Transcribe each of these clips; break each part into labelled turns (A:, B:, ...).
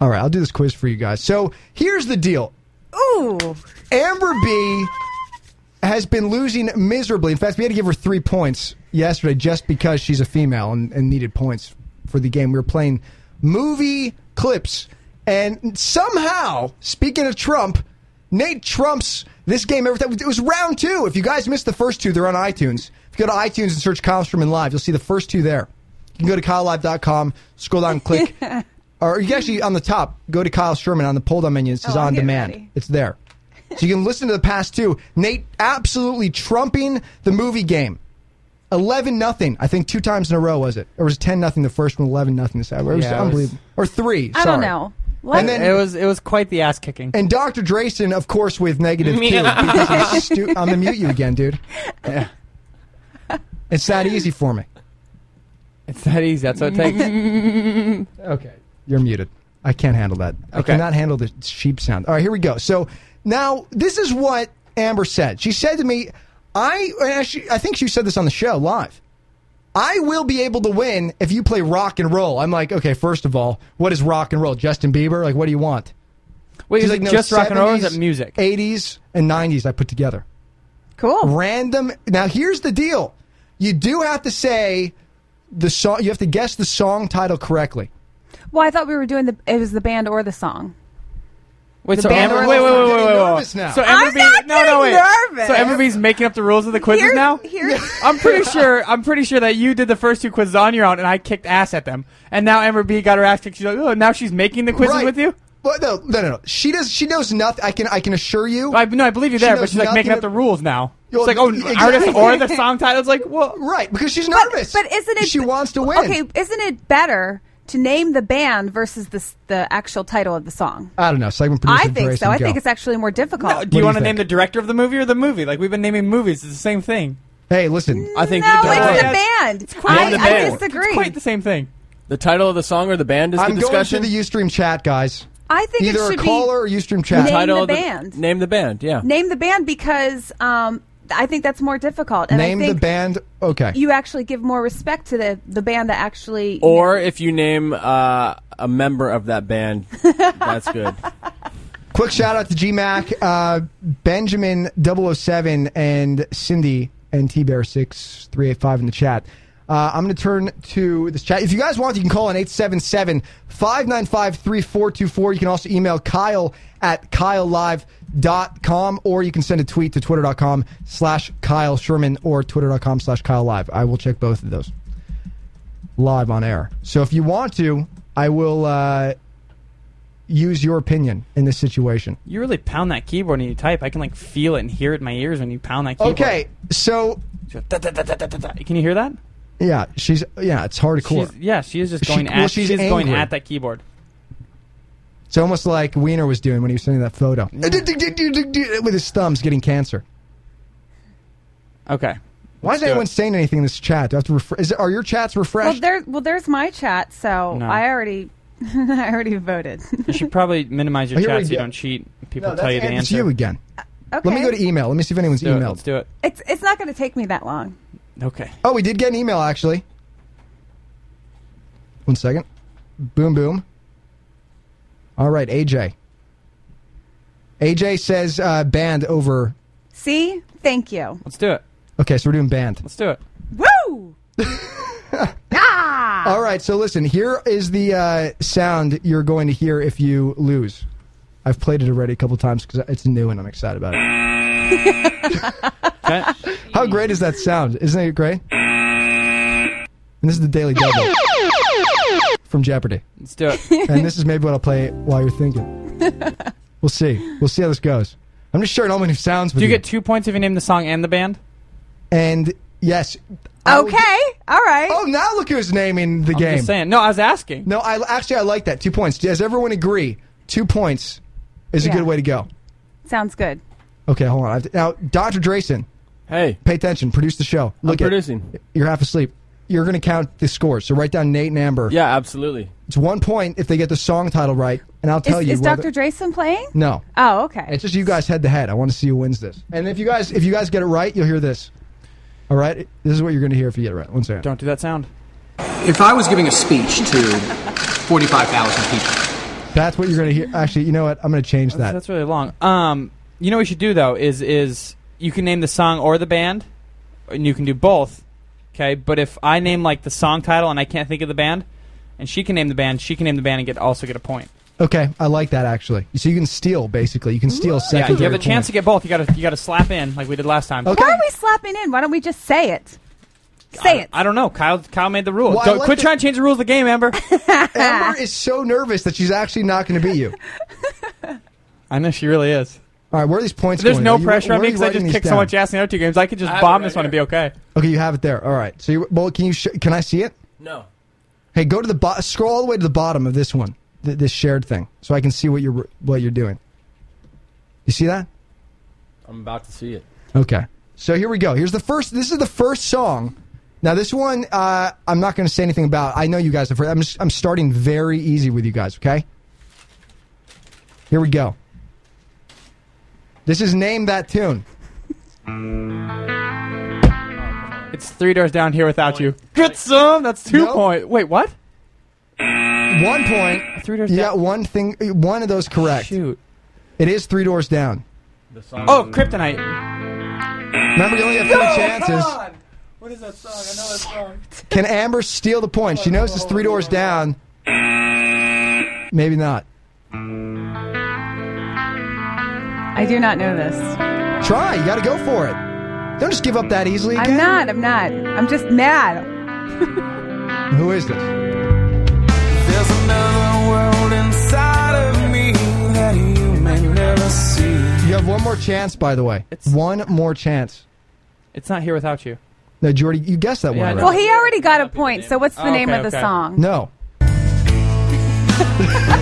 A: All right, I'll do this quiz for you guys. So here's the deal.
B: Ooh.
A: Amber B has been losing miserably. In fact, we had to give her three points yesterday just because she's a female and, and needed points for the game. We were playing movie clips, and somehow, speaking of Trump, Nate Trump's this game every time it was round two. If you guys missed the first two, they're on iTunes. If you go to iTunes and search Kyle Sherman Live, you'll see the first two there. You can go to KyleLive.com, scroll down, and click, or you can actually on the top go to Kyle Sherman on the pull down menu. It says
B: Oh, I'm
A: on
B: getting
A: demand.
B: ready.
A: It's there. So you can listen to the past two. Nate absolutely trumping the movie game. 11 nothing. I think two times in a row was it? Or was it 10 nothing the first one, 11 nothing the second. It was
C: Yeah, it was-
A: unbelievable. or 3.
B: I
A: sorry.
B: don't know. Like,
A: And then-
C: it was it was quite the ass kicking.
A: And Dr. Drayson, of course, with negative two.
D: Yeah.
A: because he's stu- I'm gonna mute you again, dude. It's that easy for me.
C: It's that easy. That's what it takes.
A: Okay, you're muted. I can't handle that. I
C: Okay.
A: cannot handle the sheep sound. All right, here we go. So now this is what Amber said. She said to me, "I and she, I think she said this on the show live. I will be able to win if you play rock and roll." I'm like, okay, first of all, what is rock and roll? Justin Bieber? Like, what do you want?
C: Wait,
A: She's
C: is it
A: "No,
C: just rock and roll? Or is
A: 70s,
C: it music?
A: 80s and 90s I put together.
B: cool.
A: random. Now here's the deal: you do have to say the song. You have to guess the song title correctly.
B: Well, I thought we were doing the. It was the band or the song.
C: Wait,
B: The
C: so
B: band
C: Amber,
B: or
C: wait, wait,
B: the-
C: wait,
A: I'm
C: wait,
A: getting
C: wait,
A: nervous
C: wait.
A: now.
C: So
B: I'm
C: Amber B,
B: not
C: no, no, wait.
B: getting nervous.
C: So Amber B's making up the rules of the quizzes
B: Here's-
C: now.
B: here's-
C: I'm pretty sure. I'm pretty sure that you did the first two quizzes on your own, and I kicked ass at them. And now Amber B got her ass kicked. She's like, oh, now she's making the quizzes
A: Right.
C: with you.
A: Well, no, no, no, no. She does. She knows nothing. I can. I can assure you.
C: I, no, I believe you
A: She
C: there,
A: knows
C: but she's like making
A: nothing
C: up the
A: ab-
C: rules now.
A: Yo,
C: It's like, oh,
A: exactly.
C: artist or the song title. It's like, well,
A: Right, because she's
B: But,
A: nervous.
B: but isn't it?
A: She wants to win.
B: Okay, isn't it better to name the band versus the s- the actual title of the song?
A: I don't know. Segment producer.
B: I think
A: Grayson,
B: so. I
A: go.
B: think it's actually more difficult.
C: no,
A: do
C: Uh, do
A: you
C: you want to
A: think?
C: name the director of the movie or the movie? Like we've been naming movies, it's the same thing.
A: Hey, listen.
E: I think
B: No,
E: the,
B: it's
E: title,
B: the band.
E: quite
B: I,
E: the
B: I
E: band.
B: disagree.
C: It's quite the same thing.
E: the title of the song or the band is
A: I'm
E: the
A: going to
E: discussion.
A: the UStream chat, guys.
B: I think
A: Either
B: it
A: a
B: should
A: caller
B: be
A: or UStream chat.
B: Name
E: title
B: the
E: of
B: band.
E: name the band. Yeah.
B: name the band because um, I think that's more difficult. And
A: Name the
B: I think
A: band. Okay.
B: You actually give more respect to the the band that actually
E: Or if you name uh, a member of that band, that's good.
A: Quick shout out to GMAC, uh, Benjamin 007, and Cindy and T Bear 6385 in the chat. Uh, I'm going to turn to this chat. If you guys want, you can call in 877 595 3424. You can also email Kyle at KyleLive.com or you can send a tweet to twitter.com slash Kyle Sherman or twitter.com slash Kyle Live. I will check both of those live on air. So if you want to, I will uh, use your opinion in this situation.
C: You really pound that keyboard when you type. I can like feel it and hear it in my ears when you pound that keyboard.
A: Okay, so
C: Da, da, da, da, da, da, da. Can you hear that?
A: yeah, she's yeah, it's hardcore.
C: She's, yeah, she is just
A: She-
C: going
A: well,
C: at.
A: she's
C: She's, going
A: angry.
C: at that keyboard.
A: It's almost like Wiener was doing when he was sending that photo with his thumbs getting cancer.
C: Okay.
A: Why is
C: do
A: anyone
C: it.
A: saying anything in this chat? Do I have to refre- is, are your chats
B: well
A: refreshed?
B: there well there's my chat so
C: No.
B: I already I already voted.
C: You should probably minimize your
A: Oh, Here we
C: chat so you
A: go.
C: don't cheat. People
A: No,
C: tell you
A: that's-
C: the
A: it's
C: answer.
A: you again.
B: Uh, Okay.
A: Let me go to e- email. Let me see if anyone's
C: Do it.
A: emailed.
C: Let's do it.
B: it's it's not going to take me that long.
C: Okay.
A: Oh, we did get an email actually. One second. Boom boom. All right, AJ. AJ says uh, band over.
B: See? Thank you.
C: Let's do it.
A: Okay, so we're doing band.
C: Let's do it.
B: Woo! ah!
A: All right, so listen, here is the uh, sound you're going to hear if you lose. I've played it already a couple times because it's new and I'm excited about it.
C: Okay.
A: How great is that sound? Isn't it great? And this is the Daily Double from Jeopardy.
C: Let's do it.
A: And this is maybe what I'll play while you're thinking. We'll see. We'll see how this goes. I'm just sharing all my new sounds with
C: Do you get two points if you name the song and the band?
A: and yes. I will
B: Okay. All right.
A: Oh, now look who's naming the
C: I'm
A: game.
C: just saying. No, I was asking.
A: No, I actually I like that. Two points. Does everyone agree? Two points is a
B: Yeah.
A: good way to go.
B: Sounds good.
A: Okay, hold on. I have to- now, Dr. Drayson,
E: Hey,
A: pay attention. Produce the show. Look
E: I'm
A: at-
E: producing.
A: You're half asleep. You're going to count the scores. So write down Nate and Amber.
E: Yeah, absolutely.
A: It's one point if they get the song title right, and I'll tell
B: Is,
A: you.
B: is
A: whether-
B: Dr. Drayson playing?
A: No.
B: Oh, okay.
A: It's just you guys head to head. I want to see who wins this. And if you guys if you guys get it right, you'll hear this. All right? This is what you're going to hear if you get it right. One second.
C: Don't do that sound.
F: If I was giving a speech to 45,000 people,
A: That's what you're going to hear. Actually, you know what? I'm going to change
C: That's-
A: that.
C: That's really long. Um, you know what you should do though is is you can name the song or the band, and you can do both. Okay, but if I name like the song title and I can't think of the band, and she can name the band, she can name the band and get also get a point.
A: Okay, I like that actually. So you can steal basically. You can steal
C: Yeah,
A: second.
C: you have a chance to get both. You gotta you gotta slap in like we did last time.
A: Okay.
B: Why are we slapping in? Why don't we just say it? Say
C: I,
B: it.
C: I don't know. Kyle Kyle made the rule.
A: Well, I
C: Don't-
A: like
C: quit
A: that-
C: trying to change the rules of the game, Amber.
B: Ah.
A: Amber is so nervous that she's actually not going to beat you.
C: I know she really is.
A: All right, where are these points?
C: There's
A: going?
C: no
A: Are you-
C: pressure
A: where
C: on me
A: are you
C: because I
A: writing
C: just
A: these
C: kicked so
A: down?
C: much ass in the other two games. I could just
E: I have
C: bomb
E: it
C: this
E: right
C: one and be okay.
A: Okay, you have it there. All right. So, you, well, can you? Sh- can I see it?
E: No.
A: Hey, go to the bo- scroll all the way to the bottom of this one, th- this shared thing, so I can see what you're what you're doing. You see that?
E: I'm about to see it.
A: Okay. So here we go. Here's the first. This is the first song. Now this one, uh, I'm not going to say anything about. I know you guys have heard. I'm just, I'm starting very easy with you guys. Okay. Here we go. This is name that tune.
C: It's three doors down here without you. Good some. That's two
A: No.
C: point. Wait, what?
A: One point.
C: Three doors
A: You
C: down.
A: got one thing. One of those correct.
C: Shoot.
A: It is three doors down.
E: The song.
C: Oh, Kryptonite.
A: Remember, you only have three chances.
C: What is that song? I know that song.
A: Can Amber steal the point? She knows it's three doors down. Maybe not.
B: I do not know this.
A: Try. You got to go for it. Don't just give up that easily.
B: I'm
A: again.
B: not. I'm not. I'm just mad.
A: Who is this?
D: There's another world inside of me that you may never see.
A: You have one more chance, by the way.
C: It's-
A: one more chance.
C: It's not here without you.
A: No, Jordy, you guessed that
C: Yeah, I
A: one.
C: know.
B: Well,
A: Right?
B: he already got a point. So what's the
C: Oh,
B: name
C: okay,
B: of the
C: okay.
B: song?
A: No.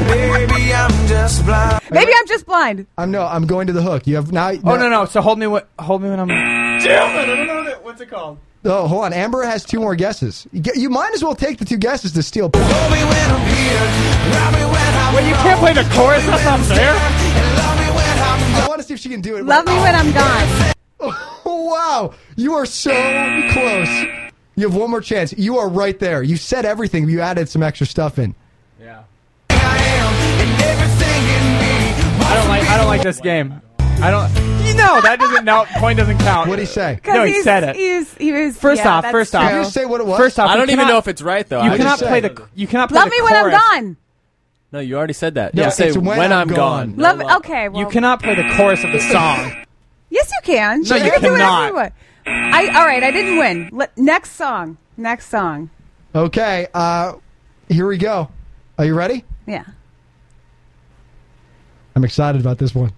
D: Baby, I'm just blind.
B: Maybe I'm just blind.
A: I'm no. I'm going to the hook. You have now.
C: Oh no no. So hold me. What? Hold me when I'm. Damn it! I don't know that. What's it called?
A: Oh, hold on. Amber has two more guesses. You, get- you might as well take the two guesses to steal.
D: Hold me when I'm here. Grab me when I'm
C: Wait, you can't play the chorus. That's not fair.
D: And love me when I'm
A: I want to see if she can do it.
B: Love me when I'm gone.
A: wow, you are so close. You have one more chance. You are right there. You said everything. You added some extra stuff in.
E: Yeah.
D: I am. And everything in me.
C: I don't like. I don't like this game. I don't. You know that doesn't. No point doesn't count.
A: What do you say?
B: 'Cause
C: No, he
B: he's-
C: said it.
B: He's, he was,
C: First
B: yeah,
C: off,
B: that's
C: first
B: true.
C: off.
A: Did you say what it was?
C: First off,
E: I
C: you
E: don't even
C: cannot-
E: know if it's right though.
C: You
E: I
C: cannot
E: just
A: said
C: play
E: it.
C: the. You cannot play
B: Love
C: the
B: me when I'm
C: chorus.
B: gone.
E: No, you already said that.
A: No,
E: Yeah, say
A: it's
E: when, I'm gone. No
B: Love.
E: love.
B: Okay. Well,
C: You cannot play the chorus of the song.
B: Yes, you can.
C: No, you
B: can do whatever
C: cannot.
B: you want. I. All right. I didn't win. Let, next song. Next song.
A: Okay, uh, here we go. Are you ready?
B: Yeah.
A: I'm excited about this one.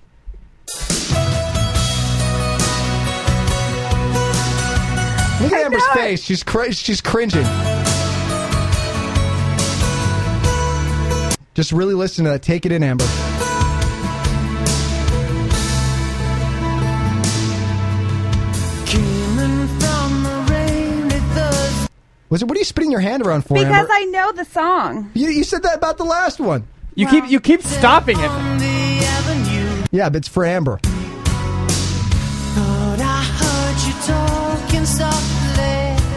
A: Look at Amber's
B: know it.
A: face. She's cr- she's cringing. Just really listen to that. Take it in, Amber. Was it? What are you spinning your hand around for,
B: Because
A: Amber?
B: I know the song.
A: you, you said that about the last one.
C: You keep. You keep stopping it.
A: Yeah, but it's for Amber.
F: But I heard you talking softly.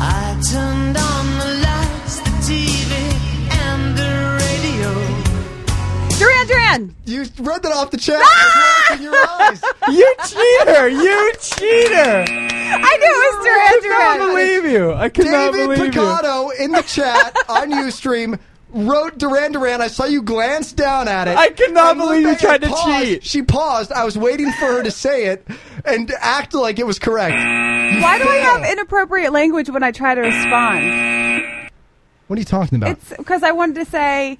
F: I turned on the lights, the TV, and the radio.
B: Duran Duran.
A: You read that off the chat. It's
B: Ah!
A: locked in your eyes.
C: You cheater! You cheater!
B: I knew it was Duran
C: I
B: Duran.
C: cannot believe you. I cannot
A: David
C: believe
A: Picato in the chat on Ustream wrote Duran Duran. I saw you glance down at it.
C: I cannot
A: And looked
C: believe you
A: at it
C: tried to
A: paused.
C: cheat.
A: She paused. I was waiting for her to say it and act like it was correct.
B: Why do I have inappropriate language when I try to respond?
A: What are you talking about?
B: It's because I wanted to say,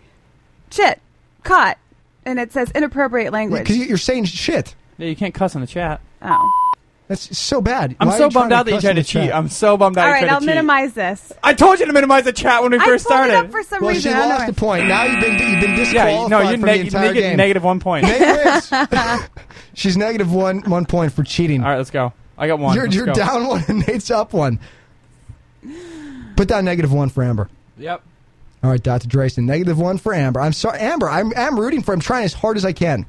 B: "Chit, caught," and it says inappropriate language.
A: Because you're saying shit.
C: you. Yeah, you can't cuss in the chat.
B: oh.
A: That's so bad.
C: I'm
A: Why are
C: so
A: you trying
C: bummed out that you
A: cuss
C: tried
A: in the
C: to cheat.
A: chat?
C: I'm so bummed out.
B: All
C: you
B: right,
C: tried
B: I'll
C: to cheat.
B: minimize this.
C: I told you to minimize the chat when we
B: I
C: first
B: pulled
C: started.
B: it up for some
A: well, she
B: reason.
A: lost
B: anyway.
A: a point. Now you've been you've been
C: yeah,
A: disqualified
C: you- no, you
A: from
C: neg-
A: the entire
C: neg-
A: game.
C: negative one point. All
A: Nate wins. She's negative one one point for cheating.
C: right, let's go. I got one.
A: You're,
C: Let's
A: you're
C: go.
A: down one and Nate's up one. Put down negative one for Amber.
E: Yep.
A: All right, Dr. Drayson, negative one for Amber. I'm sorry, Amber. I'm, I'm rooting for. I'm trying as hard as I can.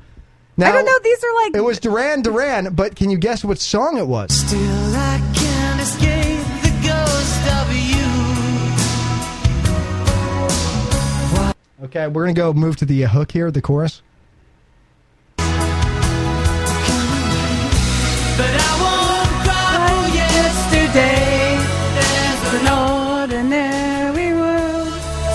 A: Now,
B: I don't know. These are like
A: It was Duran Duran, but can you guess what song it was?
F: Still, I can't escape the ghost of you.
A: Okay, we're gonna go move to the uh, hook here, the chorus.
F: But I won't cry
B: Like yesterday, there's an ordinary world.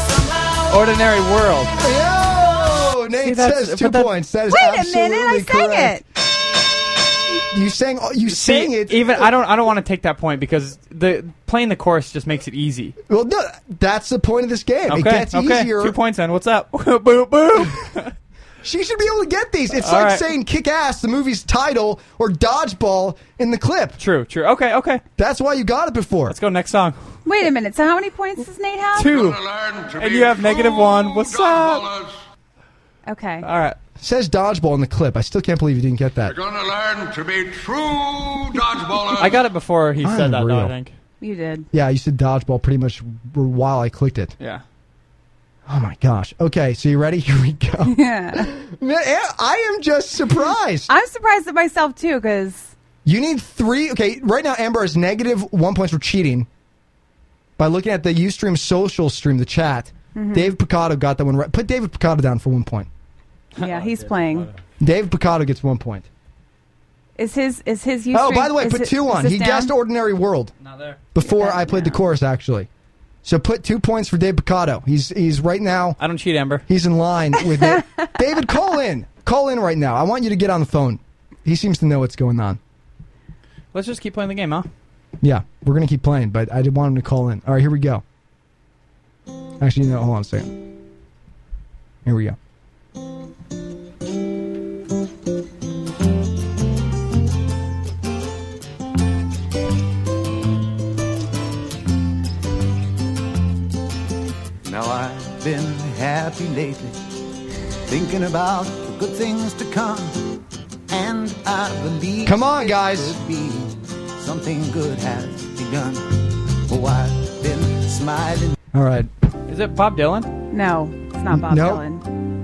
F: somehow.
C: Ordinary world.
A: Yo, Nate
C: See, that's-
A: says two
C: but that-
A: points. That is
B: Wait a
A: absolutely
B: minute, I sang
A: correct.
B: it.
A: You sang. You sang it.
C: Even I don't. I don't want to take that point because the playing the chorus just makes it easy.
A: Well, no, that's the point of this game.
C: Okay.
A: It gets
C: okay.
A: easier.
C: Two points in. What's up? boop boop.
A: She should be able to get these. It's
C: All
A: like
C: right.
A: saying "kick ass" the movie's title or "dodgeball" in the clip.
C: True. True. Okay. Okay.
A: That's why you got it before.
C: Let's go next song.
B: Wait a minute. So how many points does Nate have?
C: Two.
G: And
C: And you have negative one. What's up?
B: Okay.
A: Uh,
C: All right.
A: Says dodgeball in the clip. I still can't believe you didn't get that.
G: You're gonna learn to be true dodgeballers.
C: I got it before he said that. Though,
A: Unreal.
C: I think.
B: You did.
A: Yeah, you said dodgeball pretty much while I clicked it.
C: Yeah.
A: Oh my gosh. Okay, so you ready? Here we go. Man, I am just surprised.
B: I'm surprised at myself too, because
A: You need three. Okay, right now Amber is negative one points for cheating by looking at the UStream social stream, the chat.
C: Mm-hmm.
A: Dave Picado got that one right. Put David Picado down for one point.
B: yeah, he's playing.
A: Dave Picado gets one point.
B: Is his is his use?
A: Oh, by the way, put two on. He guessed Ordinary World
C: Not there.
A: before
B: Yeah,
A: I played the
B: yeah.
A: chorus, actually. So put two points for Dave Picado. He's he's right now
C: I don't cheat, Amber.
A: he's in line with it. David, call in, call in right now. I want you to get on the phone. He seems to know what's going on.
C: Let's just keep playing the game, huh?
A: Yeah, we're gonna keep playing, but I did want him to call in. All right, here we go. Actually, no, hold on a second. Here we go.
H: Now I've been happy lately, thinking about the good things to come. And I believe
A: Come on,
H: it
A: guys.
H: could be something good has begun. Oh, I've been smiling.
A: All right,
C: Is it Bob Dylan?
B: No, it's not Bob
A: Nope.
B: Dylan.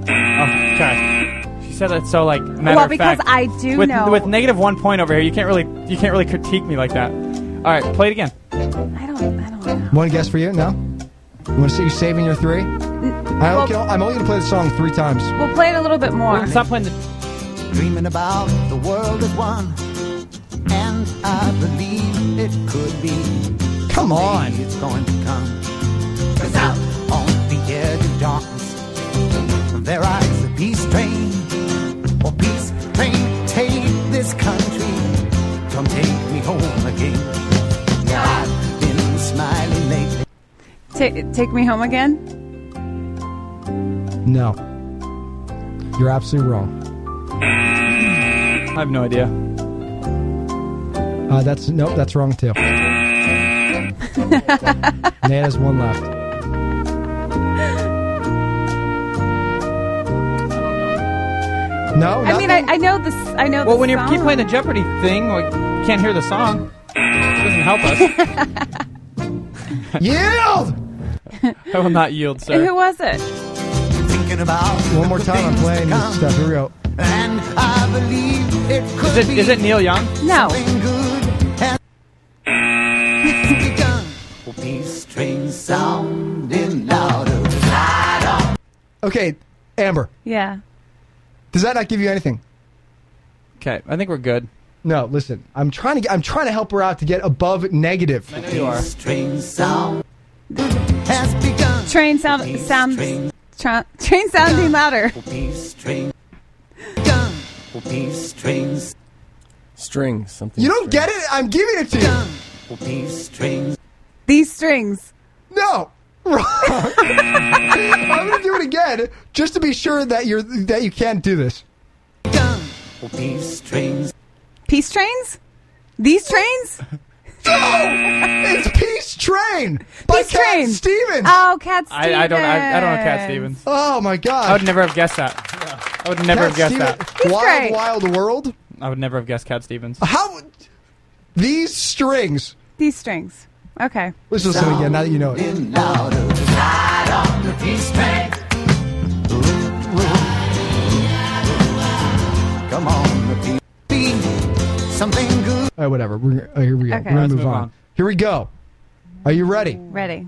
C: Okay. She said that so like matter
B: Well,
C: of
B: because
C: fact.
B: I do
C: with,
B: know.
C: with negative one point over here, you can't really you can't really critique me like that. All right, play it again.
B: I don't. I don't know.
A: one guess for you. No, you want to see you saving your three? I
B: well-
A: okay, I'm only gonna play the song three times.
B: We'll play it a little bit more.
C: Stop playing. The,
H: dreaming about the world at one. And I believe it could be.
A: Come
H: someday
A: on.
H: It's going to come. 'Cause out on the edge of darkness, there rides a peace train. Or peace train, take this country. Come take me home again. Yeah, I've been smiling lately.
B: Ta- take me home again.
A: No, you're absolutely wrong.
C: I have no idea.
A: Uh, that's nope, that's wrong too. Nate has one left. No,
B: I mean, I, I know this. I know.
C: Well,
B: the
C: when you
B: song.
C: keep playing the Jeopardy thing, like you can't hear the song. It doesn't help us.
A: yield.
C: I will not yield,
B: Who
C: sir.
B: was it?
H: Thinking about
A: One more
H: the
A: time, I'm
H: things to
A: playing
H: come.
A: this stuff. Here we go.
H: And I believe it
C: Is
H: could
C: it
H: be.
C: is it Neil Young?
B: No.
H: Something good has begun. Oh, peace train sounding louder.
A: Okay, Amber,
B: Yeah.
A: does that not give you anything?
C: Okay, I think we're good.
A: No, listen. I'm trying to. Get, I'm trying to help her out to get above negative.
C: You are.
H: Peace train sound has begun.
B: Train sound
H: Peace
B: sound
H: train,
B: tra- train sounding louder.
H: oh, peace train begun. Oh, peace trains
E: Strings. Something.
A: You don't get it. I'm giving it to
H: begun.
A: you.
H: Oh, peace trains
B: These strings.
A: No, wrong. I'm gonna do it again just to be sure that you're that you can't do this.
H: begun. Oh, peace trains
B: Peace trains. These trains.
A: It's Peace Train by
B: Peace
A: Cat
B: Train.
A: Stevens.
B: Oh, Cat Stevens.
C: I, I don't I, I don't know Cat Stevens.
A: oh my
C: I would
A: God.
C: never have guessed that. I would never have guessed that.
B: He's
A: Wild
B: great.
A: Wild World.
C: I would never have guessed Cat Stevens.
A: How would- these strings?
B: These strings. Okay.
A: Let's listen again. Now that you know it.
H: louder. Ride on the peace train. Come on, the peace. Be something good.
A: All right, whatever. We're, uh, here we go.
B: Okay.
A: We're gonna
B: Let's
A: move
C: move
A: on.
C: on.
A: Here we go. Are you ready?
B: Ready.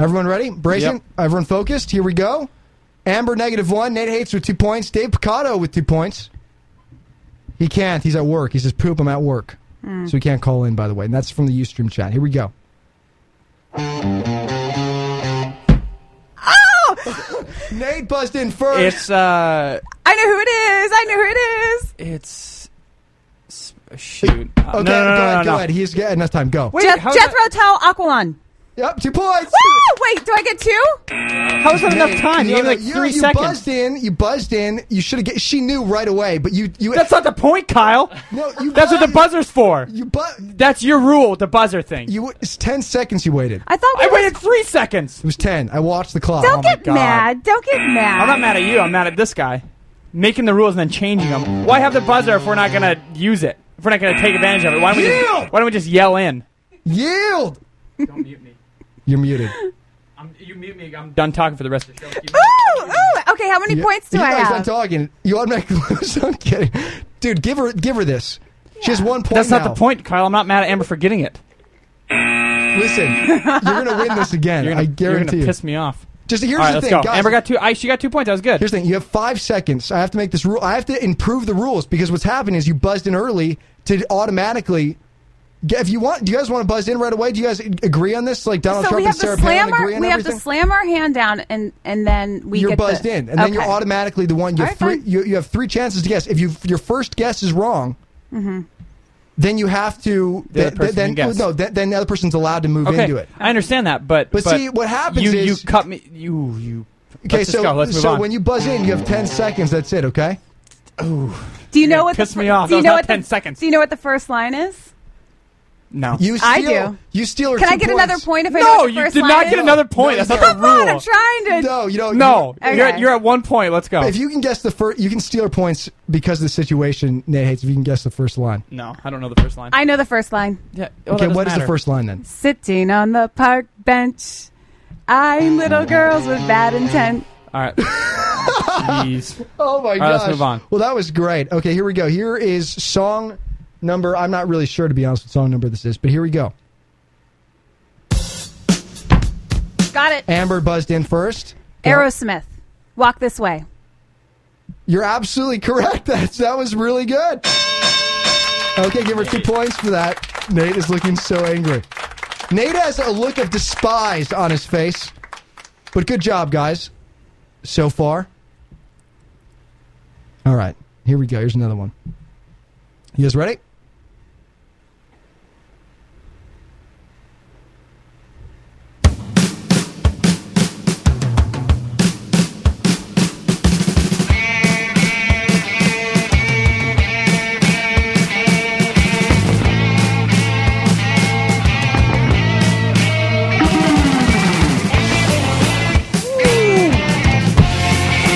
A: Everyone ready? Bracing?
C: Yep.
A: Everyone focused? Here we go. Amber negative one. Nate hates with two points. Dave Picato with two points. He can't. He's at work. He says, "Poop, I'm at work,"
C: Hmm.
A: so he can't call in. By the way, and that's from the UStream chat. Here we go.
C: Oh!
A: Nate buzzed in first.
C: It's uh,
B: I know who it is. I know who it is.
C: it's s- shoot. Uh,
A: okay, go
C: no, no, no, no,
A: ahead.
C: no.
A: Go ahead. He's got enough time. Go.
C: Wait,
B: Jeff,
C: how's
B: Jethro Tull Aqualon.
A: Yep, two points.
B: Woo! Wait, do I get two?
C: that, how is that enough time?
A: No,
C: You gave
A: no,
C: me like
A: you-
C: three
A: you
C: seconds.
A: buzzed in. You buzzed in. You should have. get She knew right away, but you. you
C: That's not the point, Kyle.
A: no. You.
C: That's what the
A: buzzed-
C: buzzer's for.
A: You bu-
C: That's your rule, the buzzer thing.
A: You. It's ten seconds. You waited.
B: I thought we
C: I
B: were-
C: waited three seconds.
A: It was ten. I watched the clock.
B: Don't get
C: God.
B: mad. Don't get mad.
C: I'm not mad at you. I'm mad at this guy making the rules and then changing them. Why have the buzzer if we're not gonna use it? If we're not gonna take advantage of it? Why don't we
A: Yield!
C: just, why don't we just yell in?
A: Yield.
C: Don't mute me.
A: You're muted.
C: I'm, you mute me. I'm done talking for the rest of the show. Keep-
B: Ooh, ooh. Okay, how many
A: You-
B: points do
A: you
B: I
A: guys not
B: have?
A: talking. You automatically lose. I'm kidding, dude. Give her. Give her this. She has one point.
C: That's not
A: now.
C: the point, Kyle. I'm not mad at Amber for getting it.
A: Listen, you're gonna win this again.
C: You're gonna,
A: I
C: you're
A: guarantee
C: gonna
A: you.
C: piss me off.
A: Just here's
C: All right,
A: the
C: let's
A: thing.
C: go.
A: guys.
C: Amber got two. I, she got two points. That was good.
A: Here's the thing: you have five seconds. I have to make this rule. I have to improve the rules because what's happened is you buzzed in early to automatically. get- If you want, do you guys want to buzz in right away? Do you guys agree on this? Like Donald
B: so
A: Trump
B: we
A: and
B: have to
A: Sarah
B: slam
A: Palin
B: our
A: agree on
B: we have
A: everything.
B: to slam our hand down and and then we
A: you're
B: get
A: buzzed
B: the,
A: in, and then you're
B: Okay.
A: automatically the one. You have
B: All right,
A: three.
B: fine.
A: You, you have three chances to guess. If you your first guess is wrong,
B: Mm-hmm.
A: then you have to.
C: The other
A: th-
C: person
A: then
C: can guess.
A: no, th- then the other person's allowed to move
C: okay.
A: into it.
C: I understand that, but
A: But see, what happens
C: you,
A: is-
C: you cut me. You you.
A: Okay,
C: let's
A: so
C: just go. Let's move
A: so
C: on.
A: when you buzz in, you have ten seconds. That's it. Okay.
B: Do you know what
C: piss
B: the, fir-
C: me off.
B: Do you
C: That
B: know
C: was not
B: what
C: 10
B: the,
C: seconds.
B: Do you know what the first line is?
C: no,
A: You steal,
B: I do.
A: You steal. her
B: Can I
A: two
B: get
A: points.
B: another point if I know
C: no,
B: what the
C: you
B: first
C: did
B: line
C: not get
B: is?
C: another point.
A: No,
C: That's
A: you
C: not the
B: Come on, I'm
C: rule.
B: trying to.
A: No, you don't.
C: No,
B: Okay.
C: you're, at- you're at one point. Let's go.
A: If you can guess the first, you can steal points because of the situation Nate hates. If you can guess the first line.
C: no, I don't know the first line.
B: I know the first line.
C: yeah,
A: okay, what is the first line then?
B: Sitting on the park bench, I'm little girls with bad intent.
C: All right. Jeez.
A: Oh my
C: right, let's move on.
A: Well, that was great. Okay, here we go. Here is song number. I'm not really sure to be honest what song number this is, but here we go.
B: Got it.
A: Amber buzzed in first. Go.
B: Aerosmith. Walk this way.
A: You're absolutely correct. That that was really good. Okay, give her two points for that. Nate is looking so angry. Nate has a look of despise on his face. But good job, guys, so far. All right, here we go. Here's another one. You guys ready?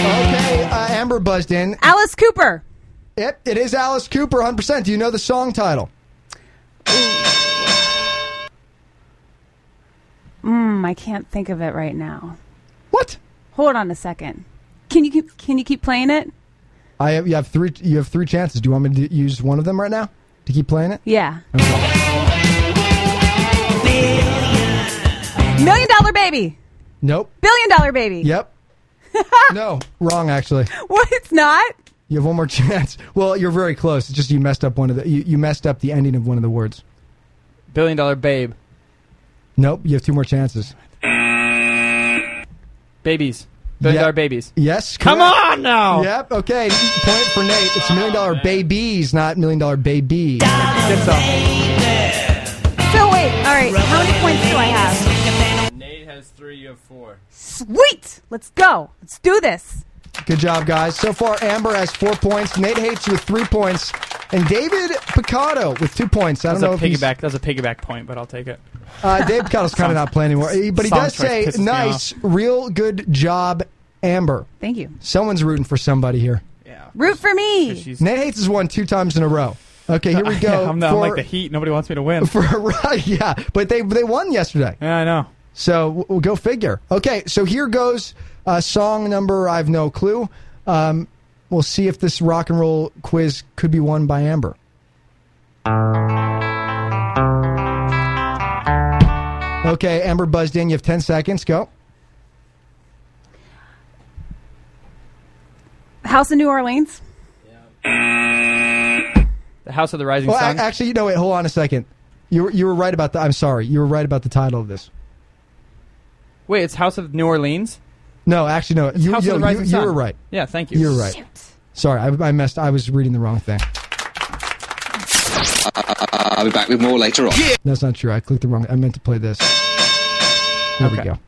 A: Okay, uh, Amber buzzed in.
B: Alice Cooper.
A: Yep, it is Alice Cooper, 100%. Do you know the song title?
B: Hmm, I can't think of it right now.
A: What?
B: Hold on a second. Can you keep, can you keep playing it?
A: I have, you have three. You have three chances. Do you want me to use one of them right now to keep playing it?
B: Yeah. Million Dollar Baby.
A: Nope.
B: Billion Dollar Baby.
A: Yep. no, wrong actually.
B: What? It's not?
A: You have one more chance. Well, you're very close. It's just you messed up one of the you, you messed up the ending of one of the words.
C: Billion dollar babe.
A: Nope, you have two more chances.
C: Babies. Billion
A: Yeah.
C: dollar babies.
A: Yes.
C: Come
A: correct.
C: on Oh, now.
A: Yep, okay. Point for Nate. It's million dollar babies, not million dollar baby.
C: Good stuff.
B: So wait, all right. How many points do I have?
E: Nate has three. You have four.
B: Sweet. Let's go. Let's do this.
A: Good job, guys. So far, Amber has four points, Nate Hates with three points, and David Picado with two points. I
C: That's
A: don't
C: a
A: know if he's,
C: piggyback. That's a piggyback point, but I'll take it.
A: uh, Dave Picado's kind of not playing anymore, He- but he
C: Song
A: does
C: choice
A: say,
C: pisses me
A: "Nice, real good job, Amber."
B: Thank you.
A: Someone's rooting for somebody here.
C: Yeah.
B: Root for me.
C: She's.
A: Nate Hates has won two times in a row. Okay, here we go.
C: Yeah, I'm, not,
A: for,
C: I'm like the Heat. Nobody wants me to win.
A: for right, yeah, but they they won yesterday,
C: yeah, I know.
A: so w- w- go figure. Okay, so here goes uh, song number. I've no clue. Um, we'll see if this rock and roll quiz could be won by Amber. Okay, Amber buzzed in. You have ten seconds. Go.
B: House in New Orleans.
C: The House of the Rising
A: Well,
C: Sun.
A: a- actually, you know, wait, hold on a second. You were, you were right about the. I'm sorry, you were right about the title of this.
C: Wait, it's House of New Orleans.
A: No, actually, no. You,
C: House
A: you,
C: of the
A: you-
C: Rising
A: you
C: Sun.
A: were right.
C: Yeah, thank you.
A: You were right. Sorry, I, I messed. I was reading the wrong thing.
I: I'll be back with more later on.
A: That's not true. I clicked the wrong. I meant to play this. There we
C: Okay.
A: go.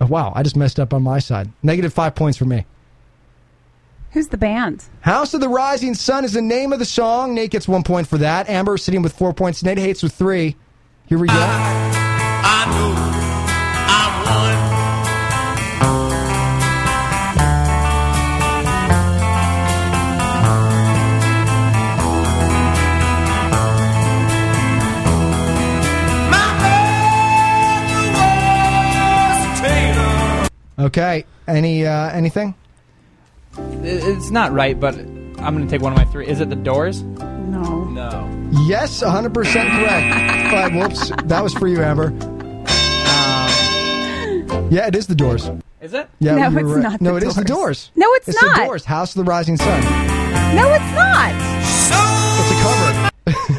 A: Oh, wow, I just messed up on my side. Negative five points for me.
B: Who's the band?
A: House of the Rising Sun is the name of the song. Nate gets one point for that. Amber is sitting with four points. Nate hates with three. Here we go.
F: I know I'm one. My name was Taylor.
A: Okay. Any uh, anything?
C: I- It's not right, but I'm gonna take one of my three. Is it the Doors?
B: No.
E: No.
A: Yes, 100% correct. All right, whoops. That was for you, Amber. Um, Yeah, it is the Doors.
C: Is it?
A: Yeah,
B: No,
A: you were
B: it's
A: right.
B: not
A: No,
B: The
A: it is the Doors.
B: Doors. No, it's not.
A: the Doors. House of the Rising Sun.
B: No, it's not.
A: It's a cover.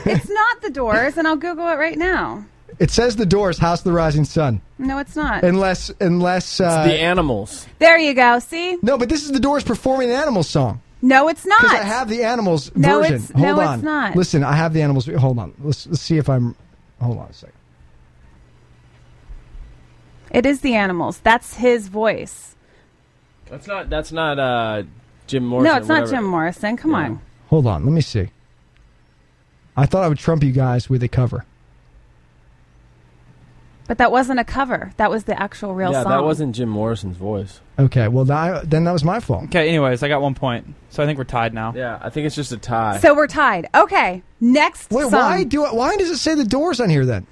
B: It's not the Doors, and I'll Google it right now.
A: It says the Doors, House of the Rising Sun.
B: No, it's not.
A: Unless, unless. Uh,
E: the animals.
B: there you go. See?
A: no, but this is the Doors performing an Animals song.
B: No, it's not.
A: Because I have the animals
B: No,
A: version.
B: it's-
A: hold
B: no,
A: on.
B: it's not.
A: Listen, I have the animals. Hold on. Let's, let's see if I'm. Hold on a second.
B: it is the Animals. That's his voice.
E: That's not. That's not uh, Jim Morrison.
B: no, it's not
E: whatever.
B: Jim Morrison. Come
E: Yeah.
B: on.
A: Hold on. Let me see. I thought I would trump you guys with a cover.
B: But that wasn't a cover. That was the actual real
E: Yeah,
B: song.
E: that wasn't Jim Morrison's voice.
A: Okay. Well, tha- then that was my fault.
C: Okay. Anyways, I got one point, so I think we're tied now.
E: Yeah, I think it's just a tie.
B: So we're tied. Okay. Next
A: Wait,
B: song.
A: why do I, why does it say the doors on here then?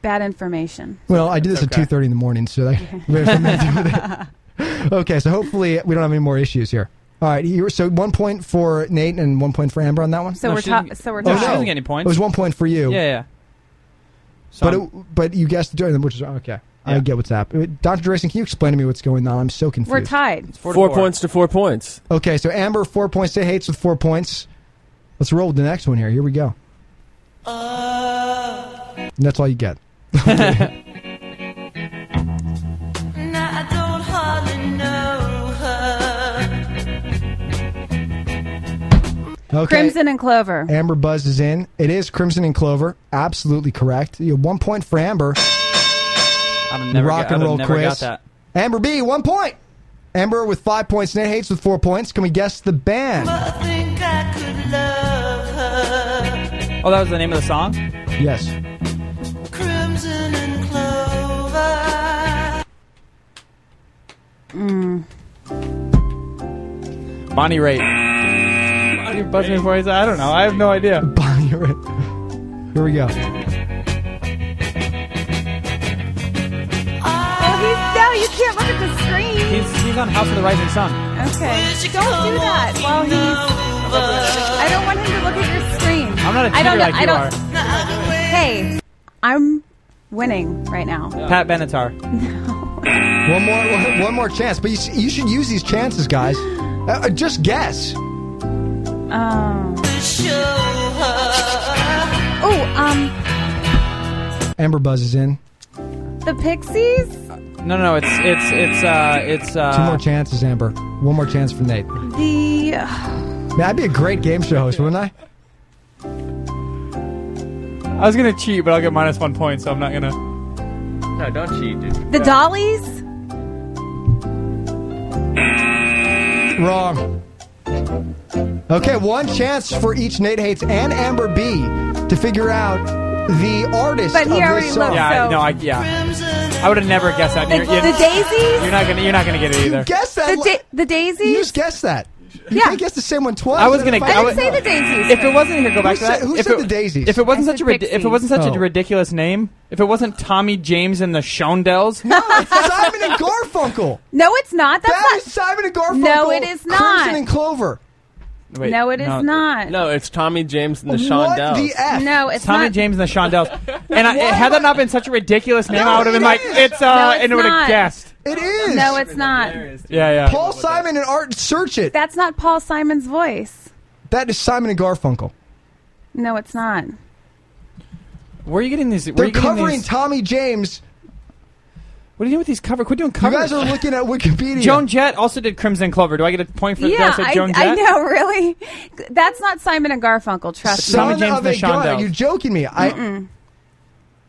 B: Bad information.
A: Well, I do this at
C: Okay.
A: two thirty in the morning, so that we have something to do with it. Okay, so hopefully we don't have any more issues here. All right, you were, so one point for Nate and one point for Amber on that one. Oh,
B: So
C: No,
B: we're
C: she
B: tied.
C: didn't-
B: So we're
C: no,
B: tied.
C: she doesn't get any
A: It
C: points.
A: was one point for you,
C: Yeah, yeah. So
A: but
C: I'm-
A: it, but you guessed the door, which is okay. I
C: Yeah.
A: get what's happening. Doctor Drayson, can you explain to me what's going on? I'm so confused.
B: We're tied.
C: it's
E: four,
C: to
E: points to four points.
A: Okay, so Amber four points to Hates with four points. Let's roll with the next one here. Here we go.
B: Uh.
A: And that's all you get.
F: Now I don't hardly know her.
A: Okay.
B: Crimson and Clover.
A: Amber Buzz is in. It is Crimson and Clover. Absolutely correct. You have one point for Amber.
C: I'd have never
A: Rock
C: got-
A: and
C: I'd have
A: roll
C: never
A: Chris.
C: got that.
A: Amber B, one point. Amber with five points. Nate Hates with four points. Can we guess the band?
F: I think I could love her.
C: Oh, that was the name of the song.
A: Yes.
F: Crimson and clover.
C: Bonnie Raitt. Bonnie buzzing for his- I don't know. I have no idea.
A: Bonnie, you're right. Here we go.
B: Oh, he's, no, you can't look at the screen.
C: He's, he's on House of the Rising Sun.
B: Okay. Don't do that while he's. I don't want him to look at your screen.
C: I'm not a cheater
B: I don't know.
C: like you
B: I don't. Hey, I'm winning right now.
C: are. Pat Benatar.
A: One more, one- one more chance. But you, s- you should use these chances, guys. Uh, uh, just guess.
B: Um.
F: Show her.
B: Oh, um,
A: Amber Buzz is in.
B: the Pixies.
C: No, no, it's it's it's uh it's uh.
A: Two more chances, Amber. One more chance for Nate. Man,
B: The
A: I'd be a great game show host, wouldn't I?
C: I was gonna cheat, but I'll get minus one point, so I'm not gonna.
E: No, don't cheat, dude.
B: the Dollies.
A: Wrong. Okay, one chance for each Nate Hates and Amber B to figure out the artist
B: But
A: of
B: he already
A: this song.
B: looked-
C: Yeah, I-
B: So-
C: no, I yeah.
F: Crimson and
C: I would have never guessed that.
B: The,
C: You're, you're,
B: the Daisies.
C: you're not gonna you're not gonna get it either.
A: You guessed that.
B: The
A: li-
B: da- the
A: you
B: Daisies.
A: just guessed that. You
B: Yeah.
A: can't guess the same one twice.
C: I was gonna-
A: If
B: I
C: I
B: didn't
C: would-
B: say the Daisies.
C: If it wasn't here, go back
A: Who
C: to that.
A: said- who
C: if
A: said
C: it,
A: the Daisies?
C: If it wasn't
B: I
C: such a
B: said
C: rid- if it
B: Pixies.
C: wasn't such
A: Oh.
C: a ridiculous name, if it wasn't Tommy James and the Shondells,
A: Simon and Garfunkel.
B: no, it's not. That's
A: That
B: not.
A: is Simon and Garfunkel.
B: No, it is not.
A: Crimson and Clover.
C: Wait,
B: no, it is not.
E: No, it's Tommy James and the
A: what
E: Shondells.
A: the f?
B: No, it's
C: Tommy
B: not.
C: James and the Shondells. And I, had that not been such a ridiculous name,
A: No,
C: I would have
A: it
C: been like,
A: is.
C: it's uh,
B: No, it's
C: and would
B: not.
C: have guessed.
A: It is.
B: No, it's not.
C: Yeah, yeah.
A: Paul Simon and Art. Search it.
B: That's not Paul Simon's voice.
A: that is Simon and Garfunkel.
B: No, it's not.
C: Where are you getting these? Where are
A: They're
C: you getting
A: covering
C: these-
A: Tommy James.
C: What are you doing with these cover? Quit doing
A: You
C: covers.
A: guys are looking at Wikipedia.
C: Joan Jett also did Crimson Clover. Do I get a point for
B: yeah,
C: that? I said
B: I,
C: Joan
B: I
C: Jett?
B: know, really. That's not Simon and Garfunkel, trust
A: Son
C: Tommy James
A: of
C: and
A: a
C: the
A: gun.
C: Shondells.
A: Are you joking me? I,
B: me.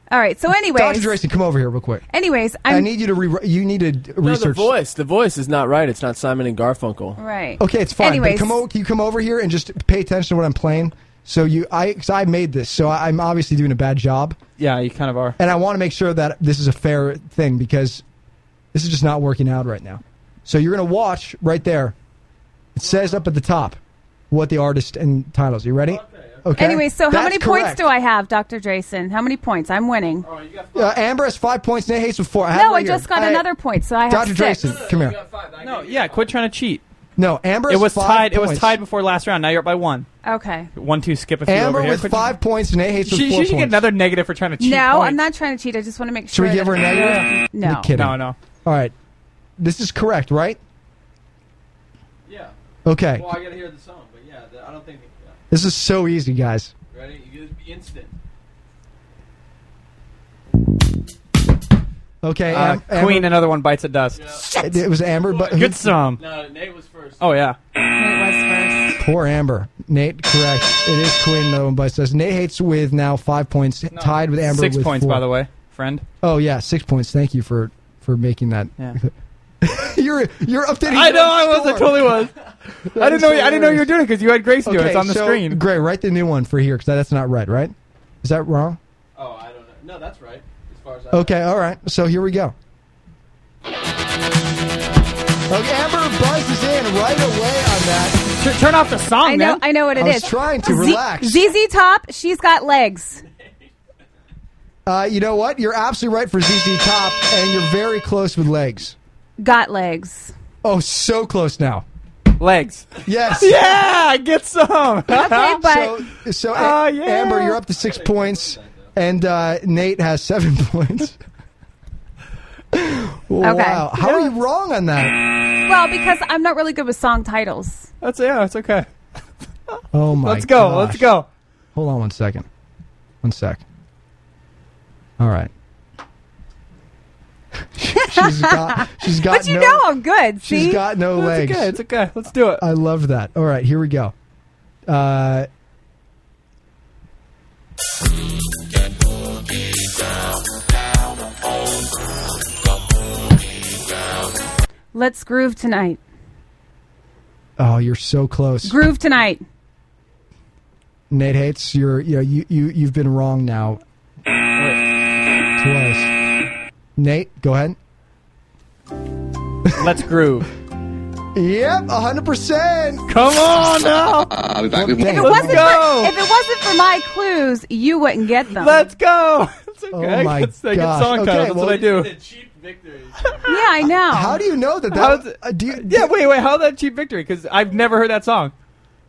B: All right, so
A: Dr.
B: anyways,
A: Drayson, come over here real quick.
B: anyways, I'm
A: i need you to re- you need to
E: No, the
A: research.
E: voice. The voice is not right. It's not Simon and Garfunkel.
B: right.
A: Okay, it's fine.
B: Anyways,
A: But come over, can you come over here and just pay attention to what I'm playing? So you, I, cause I made this, so I, I'm obviously doing a bad job,
C: Yeah, you kind of are.
A: and I want to make sure that this is a fair thing because this is just not working out right now. So you're gonna watch right there. It says up at the top what the artist and titles. You ready? Okay.
B: Anyway, so how
A: That's
B: many points
A: correct.
B: do I have, Dr. Drayson? How many points? I'm winning.
A: Uh, Amber has five points. Nate Hayes with four. have it
B: no,
A: right
B: I just
A: here.
B: got another point, so I have
A: Dr.
B: six.
A: Drayson, come here.
C: No, yeah, quit trying to cheat.
A: No, Amber.
C: It
A: has
C: was
A: five
C: tied. It was
A: points.
C: tied before last round. Now you're up by one.
B: Okay.
C: One, two, skip a few
A: Amber
C: over here.
A: with
C: Quit-
A: five points and Nate Hayes
C: She,
A: with
C: she
A: four
C: should get
A: points.
C: another negative for trying to cheat.
B: No,
C: points.
B: I'm not trying to cheat. I just want to make
A: Should
B: sure.
A: we give her a
B: that-
A: negative?
B: No.
A: Kid.
C: No, no.
A: All right. This is correct, right?
E: Yeah.
A: Okay.
E: gotta hear the song, but yeah, I don't think.
A: This is so easy, guys.
E: Ready? You just be instant.
A: Okay.
C: Uh,
A: Am- Amber-
C: Queen, another one bites at dust.
A: It was Amber, but
C: Good song.
E: No, Nate was first.
C: Oh yeah.
B: It was first.
A: poor Amber. Nate, correct. It is Queen, though, but says Nate hates with now five points, tied with Amber.
C: Six
A: with
C: points,
A: four.
C: by the way, friend.
A: Oh yeah, six points. Thank you for for making that.
C: Yeah.
A: you're you're updating.
C: I
A: your
C: know
A: own
C: I was. I
A: score.
C: totally was. I didn't know. I didn't know you were doing it because you had Grace do it. It's on the
A: so,
C: screen.
A: Gray, write the new one for here because that's not right. Right? Is that wrong?
E: Oh, I don't know. No, that's right. As far as I
A: Okay, all right. So here we go. Okay, Amber buzzes in right away on that.
C: Tur- turn off the song,
B: I know.
C: man.
B: I know what it
A: I
B: is.
A: was trying to relax.
B: Z- ZZ Top. She's got legs.
A: Uh, you know what? You're absolutely right for ZZ Top, and you're very close with legs.
B: Got legs.
A: Oh, so close now.
C: Legs.
A: Yes.
C: Yeah, get some.
B: Okay, but
A: So, so
C: Ah,
A: A-
C: yeah.
A: Amber, you're up to six points, and uh, Nate has seven points. Wow. How are you wrong on that?
B: well, because I'm not really good with song titles.
C: That's yeah. It's okay.
A: Oh my.
C: Let's go. Let's
A: gosh.
C: go.
A: Hold on one second. One sec. All right. she's got. She's got.
B: But you
A: no,
B: know I'm good. See,
A: She's got no
C: It's
A: legs. Uh,
C: okay. It's okay. Let's do it.
A: I love that. All right, here we go. Uh,
B: let's groove tonight.
A: oh, you're so close.
B: Groove tonight.
A: Nate hates. You're. You know, you you you've been wrong now. Twice. Nate, go ahead.
C: Let's groove.
A: Yep, hundred percent.
C: Come on now.
I: I'll be back with more.
B: If it
C: Let's
B: wasn't
C: go.
B: For, if it wasn't for my clues, you wouldn't get them.
C: Let's go. It's okay.
A: Oh my
C: That's a good
A: gosh.
C: song
A: Okay,
C: title. That's
A: well-
C: what I do.
E: cheap victories.
B: yeah, I know.
A: How do you know that?
C: How's
A: That
C: it-
A: uh, do you,
C: Yeah. Wait. Wait. How that cheap victory? Because I've never heard that song.